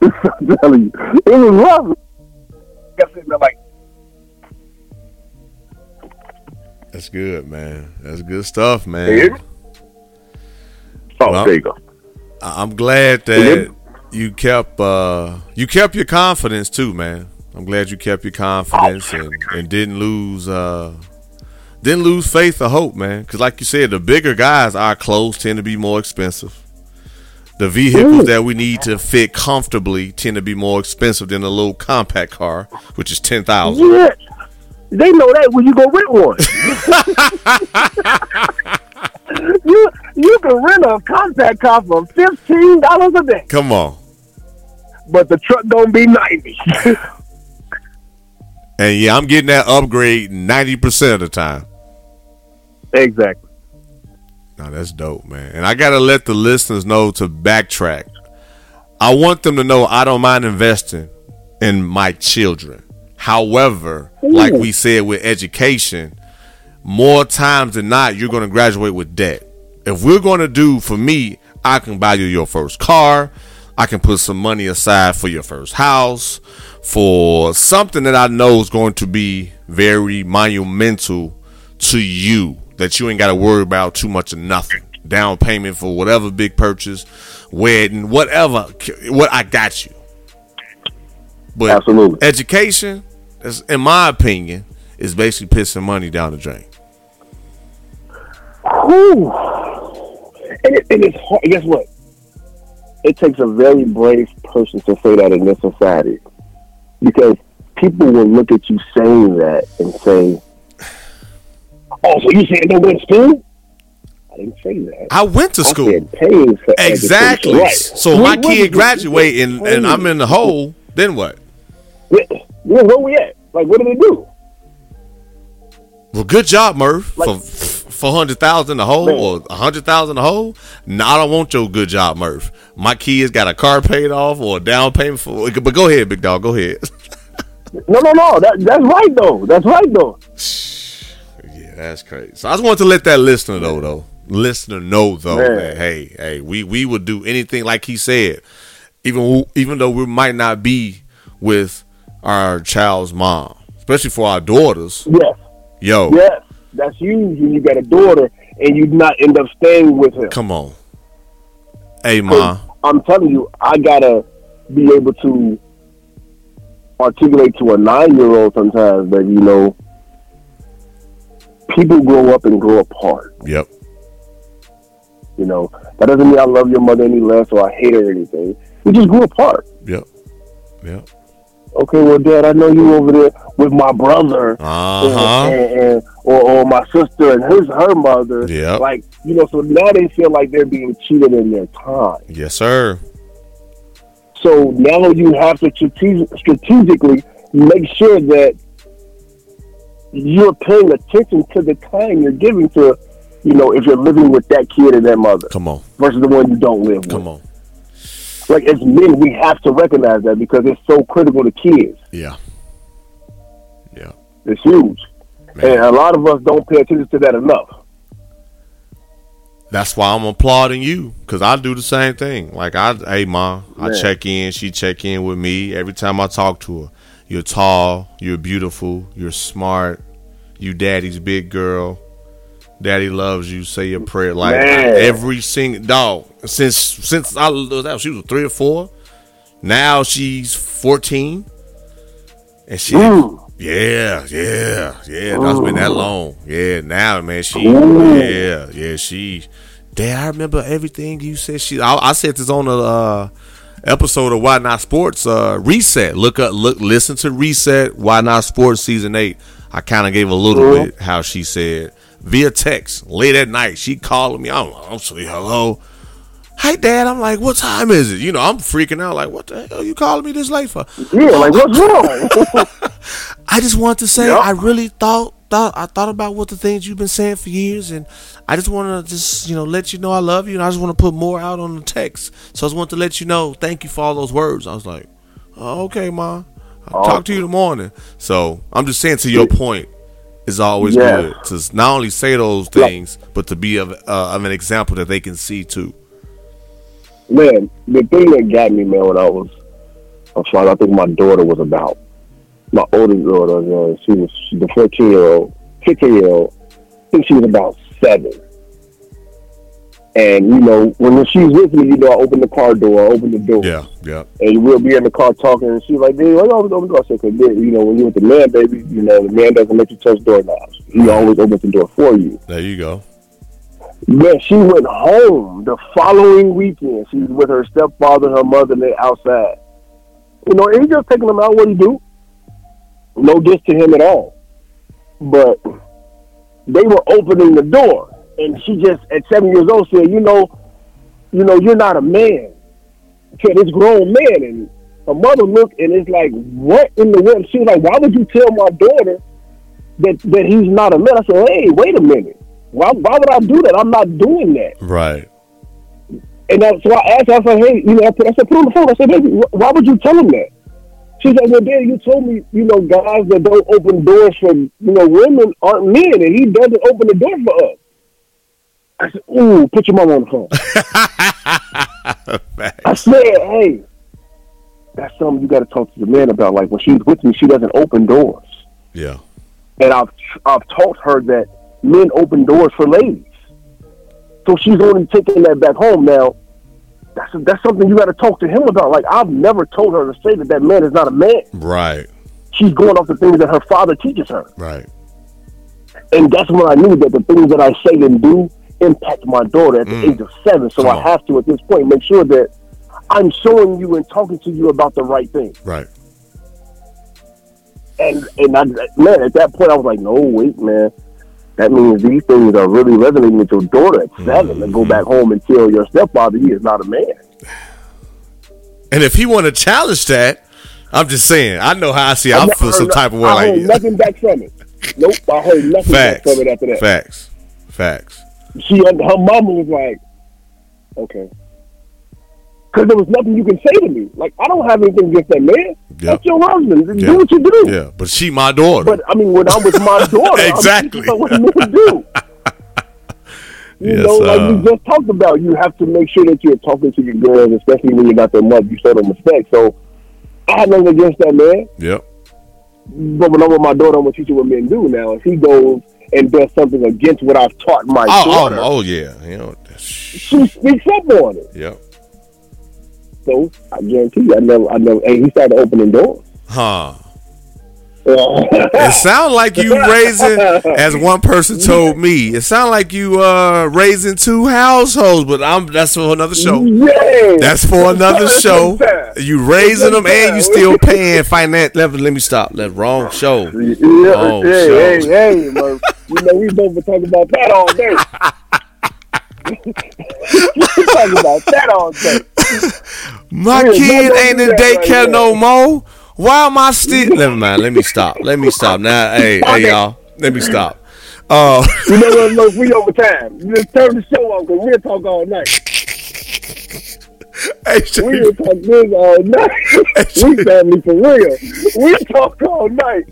A: I'm telling you, it was rough. I'm sitting there like,
G: That's good, man. That's good stuff,
A: Yeah.
G: man.
A: oh,
G: Well,
A: there you go.
G: I- I'm glad that you kept uh you kept your confidence too, man. I'm glad you kept your confidence and, and didn't lose uh didn't lose faith or hope, man. Cause like you said, the bigger guys, our clothes tend to be more expensive. The vehicles that we need to fit comfortably tend to be more expensive than a little compact car, which is ten thousand.
A: Yeah, they know that when you go rent one. you you can rent a compact car for fifteen dollars a day,
G: Come on.
A: but the truck gonna be ninety.
G: And yeah, I'm getting that upgrade ninety percent of the time.
A: exactly.
G: No, that's dope, man. And I gotta let the listeners know to backtrack. I want them to know I don't mind investing in my children. However, like we said with education, more times than not, you're gonna graduate with debt. If we're gonna do for me, I can buy you your first car. I can put some money aside for your first house, for something that I know is going to be very monumental to you that you ain't got to worry about too much of nothing. Down payment for whatever big purchase, wedding, whatever. What I got you. But
A: Absolutely.
G: education, is, in my opinion, is basically pissing money down the drain.
A: Whew. And, it, and it's hard. Guess what? It takes a very brave person to say that in this society because people will look at you saying that and say, Oh, so you saying don't go to school? I didn't say that.
G: I went to
A: I
G: school.
A: said paying for
G: Exactly.
A: education. Right.
G: So
A: Where-
G: my
A: where we-
G: kid graduate and, and I'm in the hole, then what?
A: Where, where, where we at? Like, what do they do?
G: Well, good job, Murph.
A: Like-
G: for four hundred thousand a hole
A: Man.
G: or a hundred thousand a hole. No, I don't want your good job, Murph. My kid's got a car paid off or a down payment for. But go ahead, big dog. Go ahead.
A: No, no, no. That, that's right, though. That's right, though.
G: Yeah, that's crazy. So I just wanted to let that listener know, though. Listener know though
A: Man.
G: that hey, hey, we we would do anything like he said, even w- even though we might not be with our child's mom, especially for our daughters.
A: Yes.
G: Yo,
A: Yes. That's huge when you got a daughter and you not end up staying with her.
G: come on. Hey, ma.
A: I'm telling you, I gotta be able to articulate to a nine year old sometimes that you know people grow up and grow apart.
G: Yep.
A: You know that doesn't mean I love your mother any less or I hate her or anything. We just grew apart.
G: Yep. Yep.
A: Okay, well, Dad, I know you over there with my brother.
G: Uh
A: and,
G: huh.
A: and, and- or, or my sister and his her mother.
G: Yeah.
A: Like, you know, so now they feel like they're being cheated in their time.
G: Yes, sir.
A: So now you have to strate- strategically make sure that you're paying attention to the time you're giving to, you know, if you're living with that kid and that mother
G: Come on.
A: versus the one you don't live with.
G: Come on.
A: Like, as men, we have to recognize that because it's so critical to kids.
G: Yeah. Yeah.
A: It's huge.
G: Man.
A: And a lot of us don't pay attention to that enough.
G: That's why I'm applauding you because I do the same thing. Like I, hey ma, I
A: Man.
G: check in. She check in with me every time I talk to her. You're tall. You're beautiful. You're smart. You daddy's big girl. Daddy loves you. Say your prayer. Like
A: Man.
G: every single dog since since I was out, she was three or four. Now she's fourteen, and she
A: Mm.
G: yeah, yeah, yeah. That's been that long. Yeah, now man, she
A: Ooh.
G: yeah, yeah, she. Dad, I remember everything you said. She, I, I said this on a uh, episode of Why Not Sports uh, Reset. Look up, look, listen to Reset Why Not Sports season eight. I kind of gave a little
A: Mhm.
G: bit how she said via text late at night. She calling me. I'm, I'm saying hello. Hey, Dad. I'm like, what time is it? You know, I'm freaking out. Like, what the hell you calling me this late for?
A: Yeah, like, what's wrong?
G: I just want to say
A: Yep.
G: I really thought thought I thought about what the things you've been saying for years, and I just want to just you know let you know I love you, and I just want to put more out on the text. So I just want to let you know thank you for all those words. I was like, oh, okay, ma, I'll talk to you in the morning. So I'm just saying to your point, it's always
A: Yeah.
G: good to s- not only say those things, but to be of, uh, of an example that they can see too.
A: man, the thing that got me, man, when I was a child, I think my daughter was about my oldest daughter. You know, she was she- the fourteen year old, fifteen year old. I think she was about seven. And you know, when she's with me, you know, I open the car door, I open the door,
G: yeah,
A: and we'll be in the car talking. And she's like, "Dude, why you always open the door?" I said, "Cause dude, you know, when you're with the man, baby, you know, the man doesn't let you touch doorknobs. He always opens the door for you."
G: there you go.
A: Man, she went home the following weekend. She was with her stepfather and her mother, and they outside. You know, and he just taking them out what he do. No diss to him at all. But they were opening the door, and she just at seven years old said, "You know, you know, you're not a man." To this grown man, and her mother looked, and it's like, "What in the world?" She was like, "Why would you tell my daughter that that he's not a man?" I said, "Hey, wait a minute." Why, why would I do that? I'm not doing that.
G: Right.
A: And that, so I asked her, I said, hey, you know, I, put, I said, put on the phone. I said, baby, wh- why would you tell him that? She said, well, Daddy, you told me, you know, guys that don't open doors for, you know, women aren't men, and he doesn't open the door for us. I said, ooh, put your mom on the phone. I said, hey, that's something you got to talk to the man about. Like when she's with me, she doesn't open doors,
G: Yeah.
A: and I've I've taught her that men open doors for ladies. So she's only taking that back home now. That's that's something you got to talk to him about. Like I've never told her to say that that man is not a man.
G: Right.
A: She's going off the things that her father teaches her.
G: Right.
A: And that's when I knew that the things that I say and do impact my daughter at the age of seven. So
G: Mm. Come
A: I
G: on.
A: have to, at this point, make sure that I'm showing you and talking to you about the right thing.
G: Right.
A: And and I, man, at that point, I was like, no, wait, man. That means these things are really resonating with your daughter at 7 And
G: Mm-hmm.
A: go back home and tell your stepfather he is not a man.
G: And if he want to challenge that, I'm just saying. I know how I see. I
A: ne-
G: feel some
A: heard-
G: type of way
A: I heard
G: like
A: nothing back from it. Nope, I heard nothing back
G: facts,
A: from it after that.
G: facts, facts.
A: she her mama was like, okay, because there was nothing you can say to me. Like I don't have anything against that man. That's your husband.
G: Yeah.
A: Do what you do.
G: Yeah, but she my daughter.
A: But I mean, when I'm with my daughter,
G: Exactly.
A: I'm just like, what you gonna do? You
G: Yes,
A: know, like
G: uh,
A: we just talked about, you have to make sure that you're talking to your girls, especially when you're not their mother. You show them respect. So I had nothing against that man.
G: yep.
A: But when I'm with my daughter, I'm gonna teach her what men do. Now, if he goes and does something against what I've taught my
G: Oh, oh,
A: daughter,
G: oh, yeah. You know, sh-
A: she speaks up on it.
G: yep.
A: So I guarantee you, I never, I never. And he started opening doors.
G: Huh. It
A: yeah,
G: sound like you raising, as one person told me. It sound like you uh raising two households, but I'm that's for another show. That's for another show. You raising them and you still paying finance level. Let me stop. That wrong show.
A: Yeah,
G: Oh,
A: hey,
G: so-
A: hey, hey, man. You know, we both been talking about that all day. we talking about that all day.
G: My
A: Yeah,
G: kid
A: don't do
G: ain't in
A: that right
G: daycare
A: now.
G: no more. Why am I still? Never mind. Let me stop. Let me stop now. Hey,
A: Stop
G: hey,
A: it.
G: y'all. Let me stop. Uh,
A: You know what? Look, we over time. Just turn the show off because we'll talk all night.
G: hey,
A: We
G: Sharif,
A: will talk this all night. we family for real. We talk all night.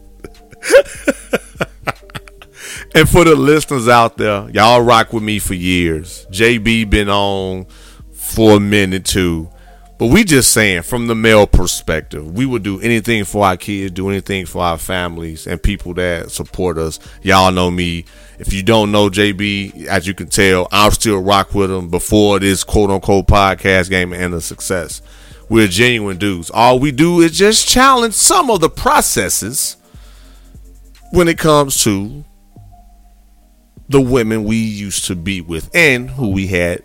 G: and for the listeners out there, y'all rock with me for years. JB been on for a minute too, but we just saying from the male perspective, we would do anything for our kids, do anything for our families and people that support us. Y'all know me. If you don't know JB, as you can tell, I'm still rock with him before this quote unquote podcast game and the success. We're genuine dudes. All we do is just challenge some of the processes when it comes to the women we used to be with and who we had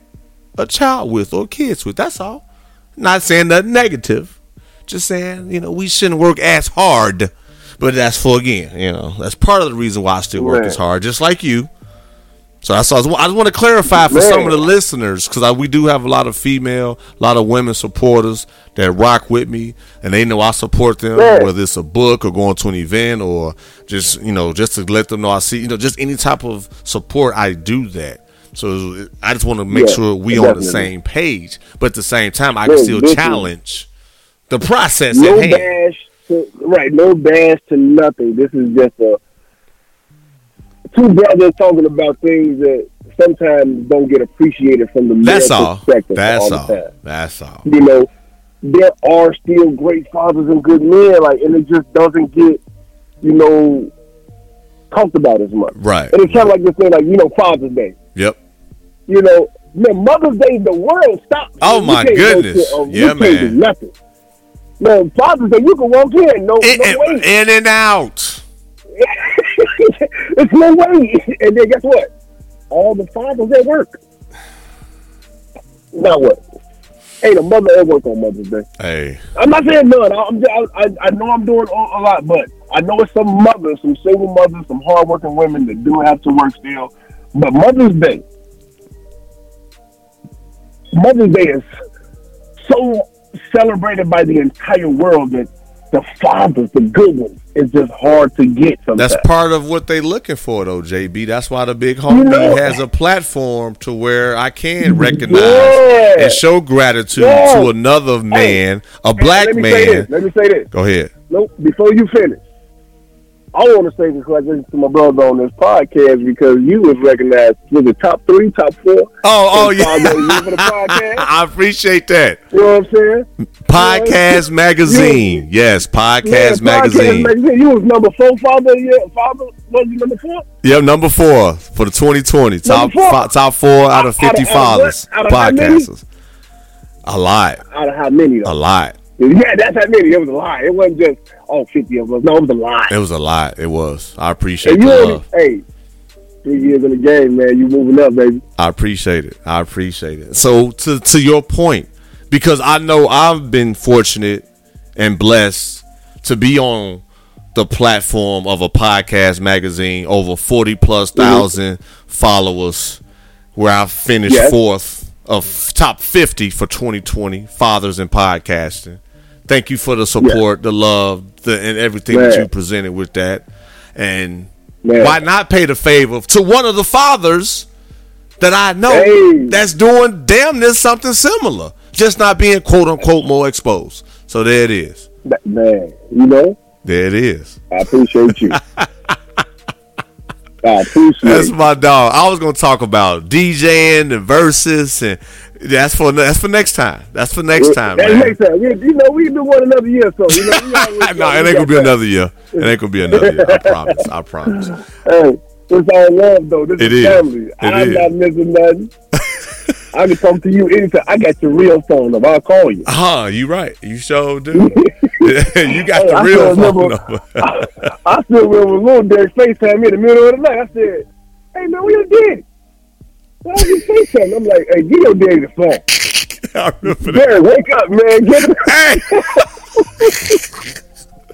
G: a child with or kids with. That's all. Not saying nothing negative. Just saying, you know, we shouldn't work as hard. But that's for again, you know, that's part of the reason why I still work
A: Right.
G: as hard, just like you. So that's all. I, just wa- I just want to clarify for some of the listeners because we do have a lot of female, a lot of women supporters that rock with me, and they know I support them,
A: Right.
G: whether it's a book or going to an event or just you know just to let them know I see you know just any type of support I do that. So I just want to make
A: Yeah,
G: sure we on the
A: definitely.
G: same page, but at the same time I
A: Right,
G: can still
A: listen.
G: challenge the process
A: no
G: at hand.
A: bash to right, no bash to nothing. This is just a two brothers talking about things that sometimes don't get appreciated from the male
G: That's all.
A: perspective.
G: That's
A: all. The
G: all.
A: time.
G: That's all.
A: You know, there are still great fathers and good men, like, and it just doesn't get, you know, talked about as much.
G: Right.
A: And it's kind of like this thing, like you know, Father's Day.
G: Yep.
A: You know, man, Mother's Day, the world stopped.
G: Oh,
A: You
G: my
A: can't go to-
G: goodness.
A: um,
G: Yeah,
A: you can't do
G: man.
A: nothing. Man, Father's Day, you can walk in, no,
G: In,
A: no
G: in,
A: way.
G: in and out.
A: it's no way. And then guess what? All the fathers at work. Now what? Ain't a mother at work on Mother's Day.
G: Hey.
A: I'm not saying none. I'm just, I, I, I know I'm doing a, a lot, but I know it's some mothers, some single mothers, some hardworking women that do have to work still. But Mother's Day, Mother's Day is so celebrated by the entire world that the fathers, the good ones, is just hard to get sometimes.
G: That's part of what they looking for, though, JB. That's why the big homie
A: know-
G: has a platform to where I can recognize
A: Yeah.
G: and show gratitude
A: Yeah.
G: to another man, a black
A: Let me say
G: man.
A: this. Let me say this.
G: Go ahead.
A: Nope. Before you finish, I want to say congratulations to my brother on this podcast because you was recognized with the top three, top four.
G: Oh, oh
A: in five
G: yeah.
A: days for the podcast.
G: I appreciate that.
A: You know what I'm saying?
G: Podcast magazine. Yes,
A: Yeah,
G: podcast
A: podcast
G: magazine.
A: magazine. You was number four, father. Yeah, father was you number four.
G: Yep, number four for the 2020 top
A: four.
G: fi- top four
A: Out
G: out of
A: of-
G: 50
A: out of
G: fathers
A: what? Out of how many?
G: podcasters. A lot,
A: Out of how many?
G: a
A: Though?
G: lot.
A: Yeah, that's how many. It was a lot. It wasn't just oh, 50 of us. No, it was a lot.
G: It was a lot. It was. I appreciate
A: And you
G: the
A: only,
G: love.
A: hey, three years in the game, man. You moving up, baby.
G: I appreciate it. I appreciate it. So to to your point, because I know I've been fortunate and blessed to be on the platform of a podcast magazine over forty plus 1000 followers, where I finished
A: Yes.
G: fourth of top fifty for twenty twenty fathers in podcasting. Thank you for the support, the love, the and everything that
A: Man.
G: you presented with that. And
A: Man.
G: why not pay the favor to one of the fathers that I know
A: Hey.
G: that's doing damn near something similar, just not being quote unquote more exposed. So there it is.
A: That- man, you know,
G: There it is.
A: I appreciate you. I appreciate
G: That's
A: you.
G: my dog. I was gonna talk about DJing and verses, and that's for that's for next time. That's for next time,
A: Hey,
G: man.
A: next time. We, you know, we do one another year, so you know, we always-
G: no, it ain't gonna be another year. It ain't gonna be another year. I promise. I promise.
A: Hey, it's all love though. This
G: It
A: is
G: is.
A: family.
G: It
A: I'm
G: is.
A: not missing nothing. I can talk to you anytime. I got your real phone number. I'll call you.
G: Huh? You right. You sure do. you got
A: Hey,
G: the
A: I
G: real
A: still
G: phone
A: remember-
G: number.
A: I still remember little Derek FaceTime me in the middle of the night. I said, Hey man, we done did it. Why don't you FaceTime? I'm like, hey, give your daddy the phone.
G: I remember that.
A: Derek, wake up, man.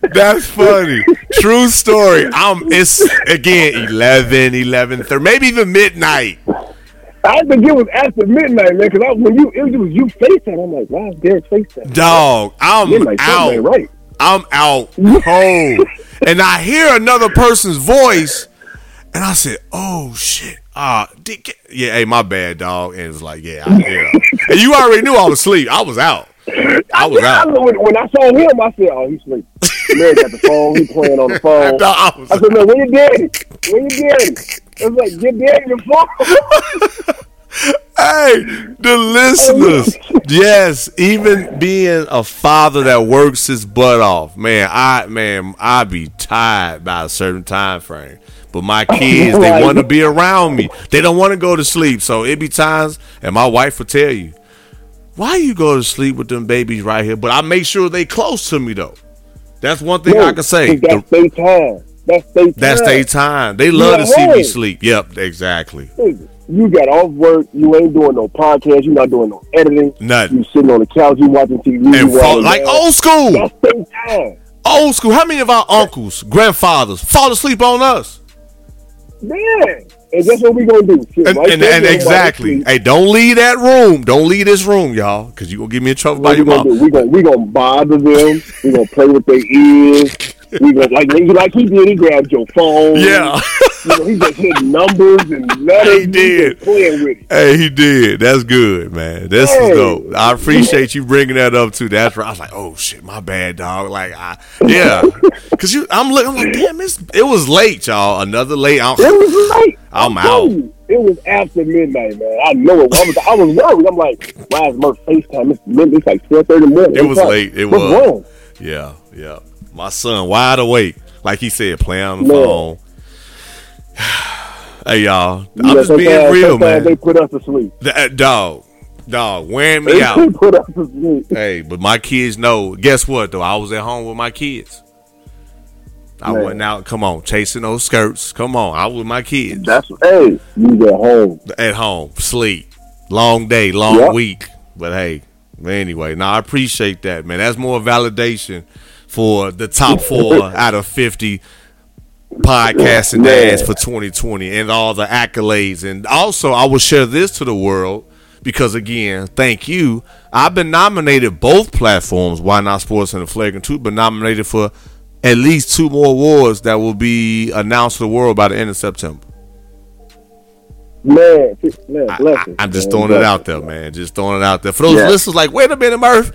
A: Get up.
G: Hey. Hey, that's funny. True story. I'm it's again 11, 11, thir- maybe even midnight.
A: I think it was after midnight, man, because I when you it was you FaceTime. I'm like, why is Derek FaceTime?
G: Dog, I'm
A: Midnight,
G: out.
A: something ain't right.
G: I'm out cold. and I hear another person's voice, and I said, "Oh shit!" Ah, DK. yeah, hey, my bad, dog. And it's like, yeah, I, yeah. and you already knew I was asleep. I was out. I was
A: Yeah, I
G: out.
A: know when, when I saw him, I said, "Oh, he's sleeping." Man got the phone. He playing on the phone.
G: Dog, I was
A: I said, "Man, where your daddy? Where your daddy?" I was like, "Get daddy the phone."
G: Hey, the listeners. Yes, even being a father that works his butt off, man. I man, I be tired by a certain time frame. But my kids, they
A: Right.
G: want to be around me. They don't want to go to sleep. So it be times, and my wife will tell you, "Why you go to sleep with them babies right here?" But I make sure they close to me though. That's one thing I can say. The-
A: That's their time. That's their time.
G: that's their time. They love to
A: at
G: see me
A: home.
G: sleep. Yep, exactly.
A: time. You got off work. You ain't doing no podcast. You not doing no editing.
G: Nothing.
A: You sitting on the couch. You watching TV.
G: And
A: you
G: fall,
A: watching
G: like oh!
A: that.
G: old school.
A: That's their time.
G: old school. How many of our uncles, grandfathers fall asleep on us?
A: Man. And that's what we gonna do. Shit,
G: And,
A: right
G: and,
A: there,
G: and
A: man,
G: exactly.
A: right
G: Hey, don't leave that room. Don't leave this room, y'all, because you gonna get me in trouble by
A: What we
G: your
A: gonna
G: mom.
A: do? We gonna we gonna bother them. we gonna play with their ears. We gonna like like he did. He grabbed your phone.
G: Yeah.
A: you know, he just hitting numbers and letters.
G: He did.
A: just playing with it.
G: Hey, he did. That's good, man. This
A: Hey.
G: is dope. I appreciate you bringing that up too. That's right. I was like, oh shit, my bad, dog. Like, I yeah, because you, I'm looking. I'm like, damn, it's, it was late, y'all. Another late. I'm,
A: It was late.
G: I'm
A: I told
G: out.
A: you, It was after midnight, man. I know it. I was, I was worried. I'm like, why is Murph FaceTime? It's, mid- it's like 12:30 in the morning.
G: It was
A: What's up?
G: late. It
A: What's
G: was.
A: wrong?
G: Yeah, yeah. My son wide awake, like he said, playing on the
A: Man.
G: phone. hey y'all,
A: You
G: I'm
A: know,
G: just being
A: sometimes-
G: real,
A: sometimes
G: man.
A: They put us to sleep.
G: Th- uh, dog, dog, wearing
A: They
G: me out.
A: put us to sleep.
G: hey, but my kids know. Guess what though? I was at home with my kids. I
A: Man.
G: wasn't out. Come on, chasing those skirts. Come on, I was with my kids
A: That's hey. You get home.
G: at home, sleep, long day, long
A: Yep.
G: week. But hey, anyway, now I appreciate that, man. That's more validation for the top four out of fifty podcasting
A: Man.
G: dads for 2020 and all the accolades. And also, I will share this to the world because again, thank you. I've been nominated both platforms, Why Not Sports and the Flagrant Two, but nominated for at least two more awards that will be announced to the world by the end of September.
A: Man, man
G: I-
A: bless you,
G: I, am just
A: man,
G: throwing it
A: bless
G: out there, man. Just throwing it out there. For those
A: Yeah.
G: listeners, like, wait a minute, Murph.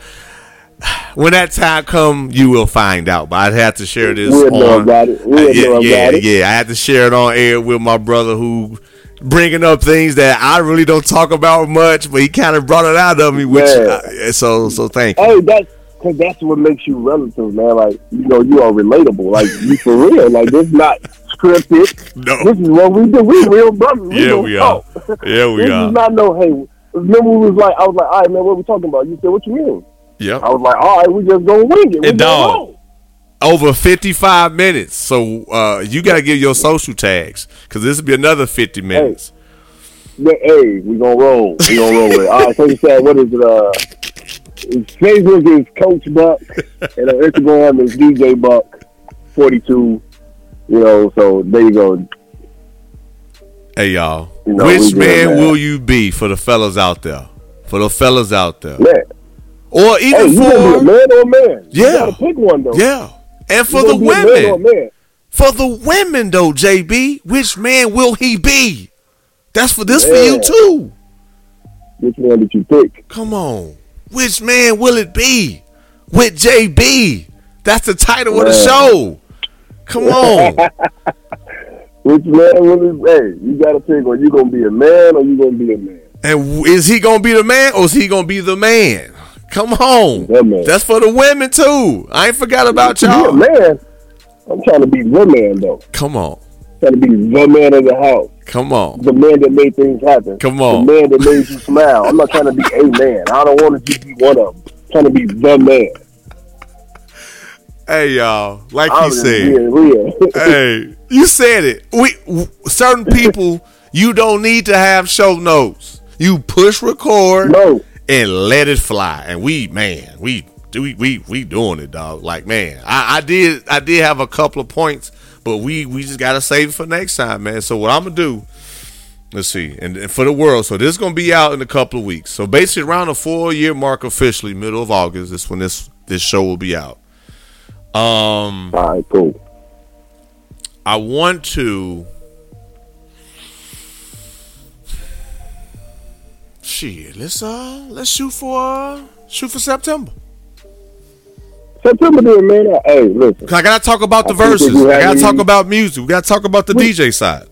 G: when that time come, you will find out. But I'd have to share this
A: We'll
G: on. uh,
A: know about it. We'll
G: yeah,
A: know about
G: yeah,
A: it.
G: yeah. I had to share it on air with my brother who bringing up things that I really don't talk about much, but he kind of brought it out of me. Which
A: Yeah.
G: I- so so thank you.
A: Hey, that's because that's what makes you relative, man. Like you know, you are relatable. Like you for real. Like this not scripted.
G: No,
A: This is what we do. We real brothers. We
G: yeah,
A: don't
G: we are.
A: talk.
G: Yeah,
A: this
G: we
A: is
G: are.
A: not no hey. Remember we was like I was like, all right, man, what we talking about? You said, what you mean?
G: Yep.
A: I was like, all right, we just gonna wing it. We
G: And dog. over 55 minutes. So uh, you got to give your social tags because this will be another 50 minutes.
A: Yeah, hey, we gonna roll. We gonna roll with it. All right, so you said, what is it? Uh, his Facebook is Coach Buck, and on Instagram is DJ Buck forty two. You know, so there you go.
G: Hey, y'all.
A: You know, we
G: Which
A: good,
G: man
A: man.
G: will you be for the fellas out there? For the fellas out there.
A: Man,
G: Or
A: hey,
G: even
A: you gonna be a
G: for.
A: man or a man?
G: Yeah.
A: you gotta pick one though.
G: Yeah. And
A: You
G: for the
A: gonna be a man or a
G: women.
A: man.
G: For the women, though, JB. Which man will he be? That's for this for
A: Yeah.
G: you, too.
A: Which one did you pick?
G: Come on. Which man will it be? With JB. That's the title of the
A: Yeah.
G: show. Come on.
A: Which man will it? Hey, you gotta pick one. You gonna be a man or you gonna be a man?
G: And w- is he gonna be the man or is he gonna be the man? Come on,
A: The man.
G: that's for the women too. I ain't forgot about
A: You be a
G: y'all.
A: man. I'm trying to be the man though.
G: Come on,
A: trying to be the man of the house.
G: come on.
A: the man that made things happen.
G: Come on.
A: The man that made you smile. I'm not trying to be a man. I don't want to just be one of them. I'm trying to be the man.
G: Hey y'all, like
A: I'm
G: he
A: just
G: said.
A: being real.
G: Hey, you said it. We w- certain people you don't need to have show notes. You push record
A: no.
G: and let it fly. And we, man, we we we we doing it, dog. Like man, I, I did I did have a couple of points, but we we just gotta save it for next time, man. So what I'm gonna do? Let's see, and, and for the world. So this is gonna be out in a couple of weeks. So basically, around the four year mark, officially middle of August, is when this this show will be out. Um,
A: All right, cool.
G: I want to. Shit, let's uh let's shoot for uh, shoot for September.
A: September then, man. I- Hey, listen.
G: 'Cause I gotta talk about the
A: I think that
G: verses.
A: you
G: I gotta
A: have-
G: talk about music. We gotta talk about the DJ side.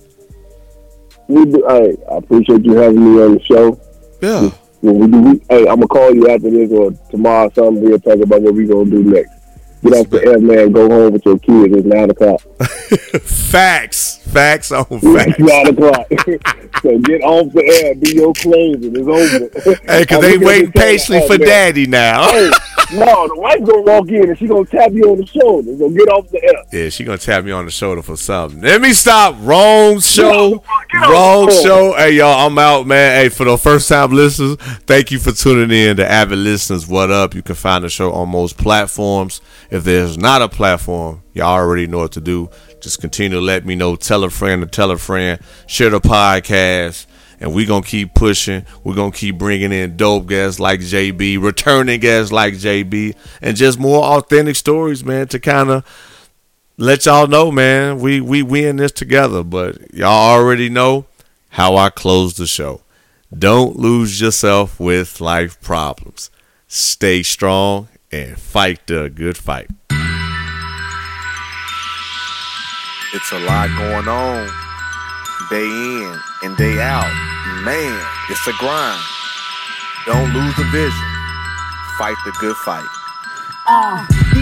A: We do, hey, I appreciate you having me on the show.
G: Yeah.
A: When we do, we, hey, I'm gonna call you after this or tomorrow. Or something we'll talk about what we gonna do next. Get off the air, man. Go home with your kids. It's nine o'clock.
G: Facts. Facts on
A: It's
G: facts.
A: nine o'clock. so get off the air. Do your closing. It's over.
G: Hey, cause
A: I'm
G: they
A: looking at this thing,
G: waiting patiently
A: oh,
G: for
A: man.
G: daddy now.
A: hey, no, the wife's gonna walk in and she gonna tap you on the shoulder. Gonna get off the air.
G: Yeah, she gonna tap me on the shoulder for something. Let me stop. Wrong show.
A: Get off the
G: Wrong
A: phone.
G: show. Hey y'all, I'm out, man. Hey, for the first time listeners, thank you for tuning in to avid listeners. What up? You can find the show on most platforms. If there's not a platform, y'all already know what to do. Just continue to let me know. Tell a friend to tell a friend. Share the podcast. And we gonna keep pushing. We're gonna keep bringing in dope guests like JB, returning guests like JB, and just more authentic stories, man, to kind of let y'all know, man, we we we in this together. But y'all already know how I close the show. Don't lose yourself with life problems. Stay strong and fight the good fight.
H: It's a lot going on day in and day out. Man, it's a grind. Don't lose the vision. Fight the good fight.
I: Uh, D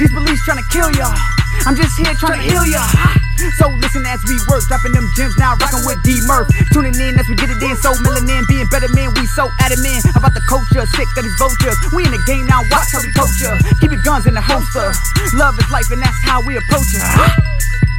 I: These police tryna kill y'all. I'm just here tryna heal y'all. So listen as we work, dropping them gems now, rocking with D Murph. Tuning in as we get it in, so melanin, being better men. We so adamant about the culture, sick that is vultures. We in the game now, watch how we culture. Keep your guns in the holster. Love is life, and that's how we approach it.